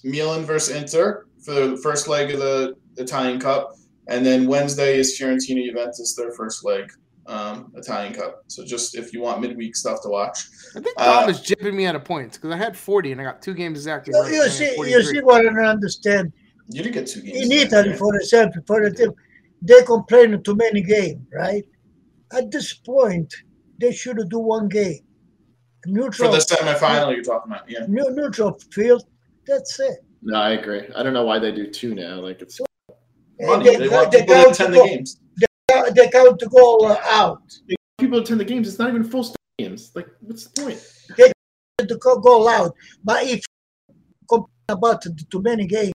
S2: Milan versus Inter for the first leg of the Italian Cup, and then Wednesday is Fiorentina Juventus their first leg um, Italian Cup. So, just if you want midweek stuff to watch,
S1: I think
S2: Uh,
S1: Tom is jipping me out of points because I had 40 and I got two games exactly
S4: You,
S1: right.
S4: you
S1: and I
S4: see,
S1: had
S4: you
S1: 43.
S4: see what I don't understand.
S2: you did get two games
S4: In Italy, for example, for example, they complain too many games, right? At this point, they should do one game.
S2: for
S4: Neutral,
S2: the semifinal. You're talking about, yeah.
S4: neu- neutral field. That's it.
S3: No, I agree. I don't know why they do two now. Like it's
S4: And
S2: Money. They, want people to attend the
S4: go, uh,
S2: games.
S4: they count to go uh, out.
S3: people attend the games. It's not even full stadiums. Like what's the point?
S4: To go, go out. But if complain about the too many games,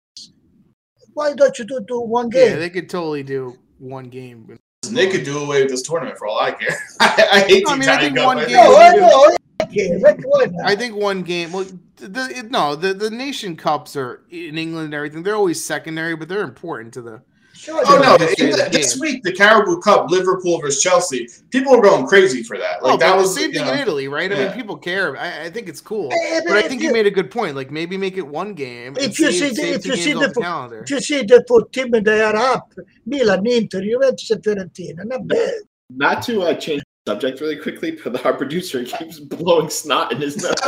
S4: why don't you do, do one
S1: Yeah,
S4: game?
S1: they could totally do one game.
S2: And they could do away with this tournament for all I care. *laughs* I, I hate the
S1: I mean, I
S2: Italian
S1: think
S2: Cup.
S1: one
S2: I
S1: game-
S2: think-
S4: no, I know. Okay, like, why not?
S1: I think one game. Well, the it, no, the, the nation cups are in England and everything. They're always secondary, but they're important to the.
S4: Sure,
S2: Oh no!
S1: Yeah.
S2: in the- this week, the Caribou Cup, Liverpool versus Chelsea. People were going crazy for that. Like
S1: oh,
S2: that
S1: but
S2: was
S1: the same
S2: you
S1: thing
S2: know,
S1: in Italy, right? I mean,
S2: yeah.
S1: people care. I, I think it's cool,
S4: Eh,
S1: but I
S4: if
S1: think
S4: you-
S1: you made a good point. Like maybe make it one game. and
S4: If you
S1: save-
S4: see the-
S1: save
S4: if
S1: two
S4: you see
S1: games
S4: the
S1: off
S4: po-
S1: calendar,
S4: you see the four team they are up Milan, Inter, Juventus, and Fiorentina. Not bad.
S3: Not to uh, change the subject really quickly, but our producer keeps blowing snot in his nose. *laughs*
S2: *laughs*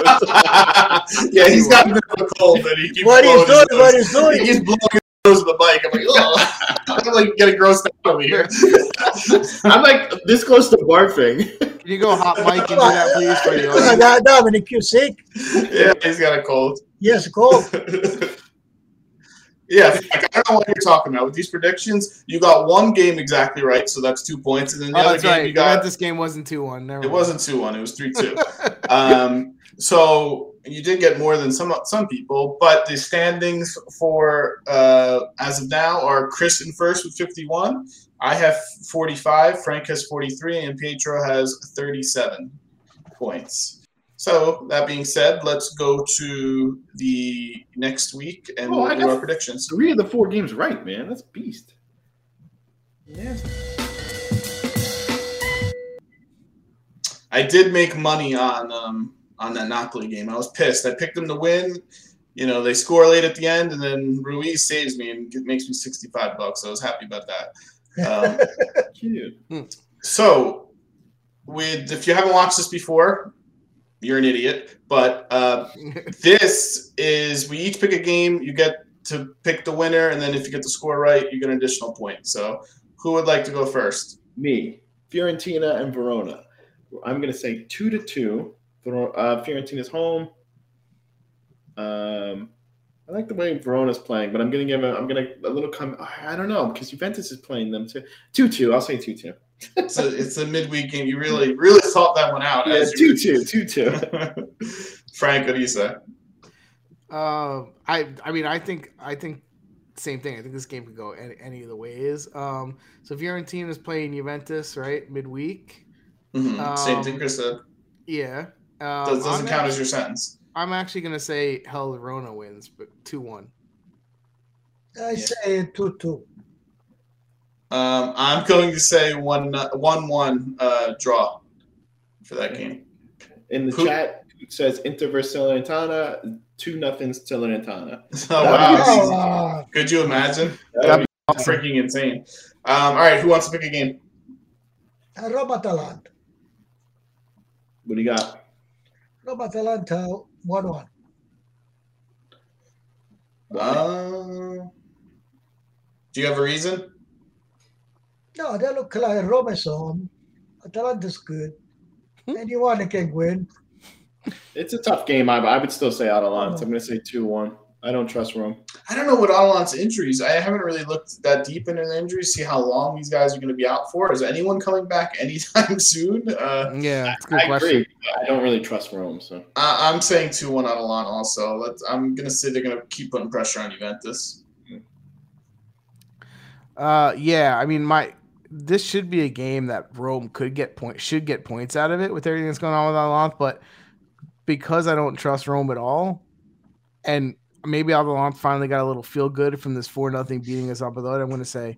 S2: yeah, he's got a bit of a cold, and he keeps
S4: What
S2: blowing
S4: he's
S2: his
S4: doing, what he's
S2: nose.
S4: doing.
S2: He's blowing his nose with the mic. I'm like, oh,
S1: *laughs*
S2: *laughs* I'm like getting grossed out over here.
S3: I'm like this close to barfing.
S1: can you go
S4: *laughs*
S1: hot mic and do that, please, for the audience?
S4: Uh, Dominic, you sick?
S2: yeah, he's got a cold. *laughs*
S4: Yes, go.
S2: yeah, Frank, I don't know what you're talking about with these predictions. You got one game exactly right, so that's two points, and then the
S1: Oh,
S2: other
S1: that's
S2: game
S1: right.
S2: you got
S1: this game wasn't two one. Never
S2: It
S1: mind.
S2: wasn't two one. It was three two. um, so you did get more than some some people, but the standings for uh, as of now are Chris in first with fifty one. I have forty five. Frank has forty three, and Pedro has thirty seven points. So that being said, let's go to the next week and
S3: Oh, I
S2: we'll do
S3: got-
S2: our predictions.
S3: Three of the four games right, man. That's beast.
S2: Yeah. I did make money on um, on that Napoli game. I was pissed. I picked them to win. You know, they score late at the end, and then Ruiz saves me and makes me sixty five bucks. I was happy about that. Um,
S3: Cute.
S2: so, with if you haven't watched this before, you're an idiot. But uh, this is we each pick a game. You get to pick the winner, and then if you get the score right, you get an additional point. So, who would like to go first?
S3: Me, Fiorentina and Verona. I'm gonna say two to two. Ver- Uh, Fiorentina's home. Um, I like the way Verona's playing, but I'm gonna give a, I'm gonna a little com- I don't know because Juventus is playing them too. Two two. I'll say two two.
S2: It's a it's a midweek game. You really really thought that one out.
S3: *laughs* Yeah,
S2: as you-
S3: two two two two.
S2: *laughs* Frank, what do you say?
S1: *laughs* Um, I I mean I think I think same thing. I think this game could go any, any of the ways. Um, so Fiorentina is playing Juventus right midweek.
S2: Mhm. Same thing
S1: Um,
S2: Chris said.
S1: Yeah, um,
S2: Does,
S1: I'm,
S2: doesn't count as your sentence.
S1: act- I'm actually gonna say Hell Rona wins, but two one.
S4: I
S2: Yeah.
S4: say 2 2.
S2: Um, I'm going to say one one one uh, draw for that game. *laughs*
S3: In the
S2: Who-
S3: chat it says Inter versus Salernitana. Two nothing Salernitana.
S2: Oh
S3: That'd
S2: wow! Could you imagine?
S3: That'd be
S2: Freaking insane. Um, all right, who wants to pick a game?
S4: eh, Roma Atalanta.
S3: What do you got?
S4: Roma Atalanta 1 1.
S2: Uh, do you have a reason?
S4: No, they look like Roma's home. Atalanta's good. Anyone can win.
S3: It's a tough game. I, I would still say Atalanta. I'm going to say 2 1. I don't trust Rome.
S2: I don't know what Atalant's injuries. I haven't really looked that deep into the injuries, see how long these guys are going to be out for. Is anyone coming back anytime *laughs* soon? Uh,
S1: Yeah, it's a good
S3: I
S1: question.
S3: agree. but I don't really trust Rome. So
S2: I- I'm saying two one Atalanta. Also, Let's, I'm going to say they're going to keep putting pressure on Juventus.
S1: Uh, yeah, I mean, my this should be a game that Rome could get point should get points out of it with everything that's going on with Atalanta, but because I don't trust Rome at all, and maybe Atalanta finally got a little feel good from this four nothing beating us up. I'm going to say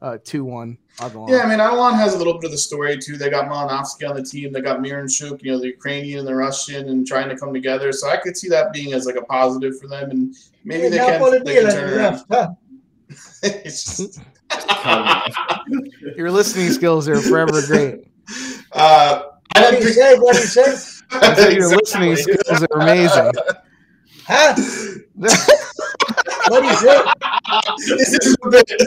S1: uh two one Atalanta.
S2: Yeah, I mean, Atalanta has a little bit of the story too. They got Malinovsky on the team. They got Miranchuk, you know, the Ukrainian and the Russian, and trying to come together. So I could see that being as like a positive for them, and maybe they
S4: Eh, Napoli
S2: can, they can
S4: Milan Eh,
S2: turn it around. *laughs*
S4: left, huh?
S2: It's just-
S3: Um, *laughs*
S1: Your listening skills are
S4: *laughs*
S1: forever great.
S2: uh, I
S4: eh,
S2: don't
S4: What he
S1: *laughs*
S2: think
S4: say? What he
S1: I said
S4: say?
S1: Your
S2: *laughs*
S1: listening skills are
S4: *laughs*
S1: amazing. *laughs*
S4: Huh? What he say?
S2: *laughs* This is a bit-
S1: Your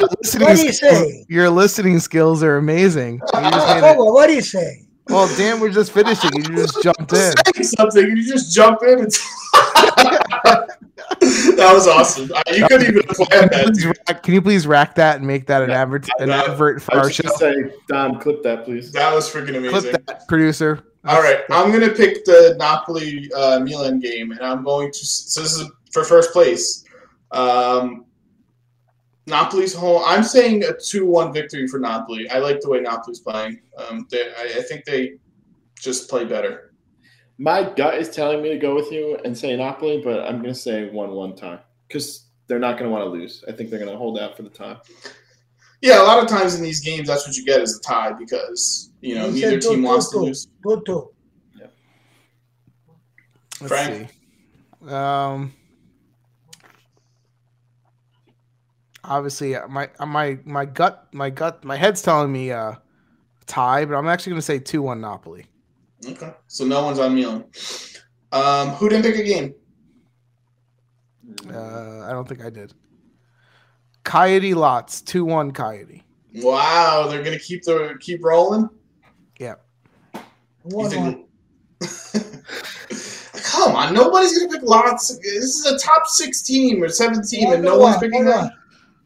S4: What he
S1: listening,
S4: say?
S1: your listening skills are amazing. You just
S4: Ah,
S1: made it-
S4: Fogo, What he say?
S1: Well, Dan, we're just finishing. You just
S4: *laughs*
S1: jumped in.
S2: saying something and you just jump in. *laughs* And that was awesome. Uh, you
S1: *laughs*
S2: couldn't even
S1: Can you,
S2: plan that.
S1: please
S2: Dude.
S1: rack- can you please rack that and make that an
S3: Yeah.
S1: advert an
S2: Yeah.
S1: advert for
S3: I
S1: our
S3: was
S1: show?
S3: just going to say, Dom, clip that, please.
S2: That was freaking amazing.
S1: Clip that, producer.
S2: All right, I'm gonna pick the Napoli uh, Milan game, and I'm going to. So this is for first place. Um, Napoli's home. I'm saying a two-one victory for Napoli. I like the way Napoli's playing. Um, they, I, I think they just play better.
S3: My gut is telling me to go with you and say Napoli, but I'm going to say 1 1 time because they're not going to want to lose. I think they're going to hold out for the time.
S2: Yeah, a lot of times in these games, that's what you get is a tie because you know
S4: You
S2: neither
S4: said two,
S2: team
S4: two,
S2: wants to
S4: two.
S2: lose.
S4: Go to.
S1: Let's
S2: Frank.
S1: see. Um. Obviously, uh, my uh, my my gut my gut my head's telling me uh tie, but I'm actually going to say two one Napoli.
S2: Okay, so no one's on Milan. Um, who didn't pick a game?
S1: Uh, I don't think I did. Coyote lots two one Coyote.
S2: Wow, they're gonna keep the keep rolling. You
S4: One
S2: think-
S4: one.
S2: *laughs* Come on, nobody's gonna pick lots. This is a top six team or seven team,
S4: One
S2: and no
S4: to
S2: one's
S4: one,
S2: picking
S4: one
S2: that.
S4: to one.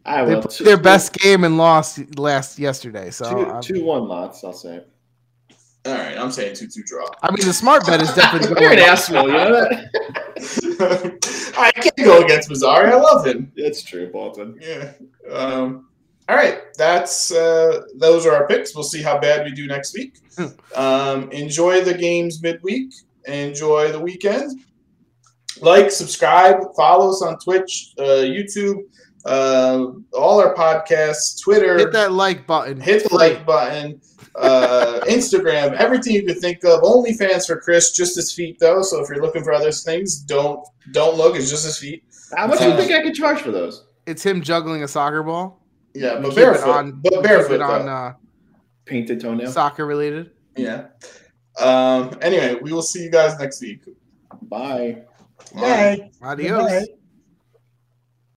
S3: I
S1: They
S3: will.
S1: played
S3: Two-
S1: their best game and lost last yesterday. So
S3: two-
S1: I'm-
S3: two 1 lots, I'll say.
S2: All right, I'm saying two two draw. *laughs*
S1: I mean, the smart bet is
S3: *laughs*
S1: definitely
S3: You're an
S1: going.
S3: asshole. You know that?
S2: I can't go against Mazzari. I love him.
S3: It's true, Bolton.
S2: Yeah. Um, all right, that's uh, those are our picks. We'll see how bad we do next week.
S1: Hmm.
S2: Um, enjoy the games midweek. Enjoy the weekend. Like, subscribe, follow us on Twitch, uh, YouTube, uh, all our podcasts, Twitter.
S1: Hit that like button.
S2: hit the like button,
S1: *laughs*
S2: uh, Instagram, everything you could think of. OnlyFans for Chris, just his feet though. So if you're looking for other things, don't don't look. It's just his feet.
S3: How much do you think I could charge for those?
S1: It's him juggling a soccer ball.
S2: Yeah,
S1: We
S2: but
S1: keep it
S2: barefoot.
S1: on- we
S2: but
S1: keep
S2: barefoot
S1: it on
S2: though.
S1: uh,
S3: Painted toenail.
S1: soccer related.
S2: yeah. Um. Anyway, we will see you guys next week.
S3: Bye.
S4: Night.
S1: Adios.
S4: Night.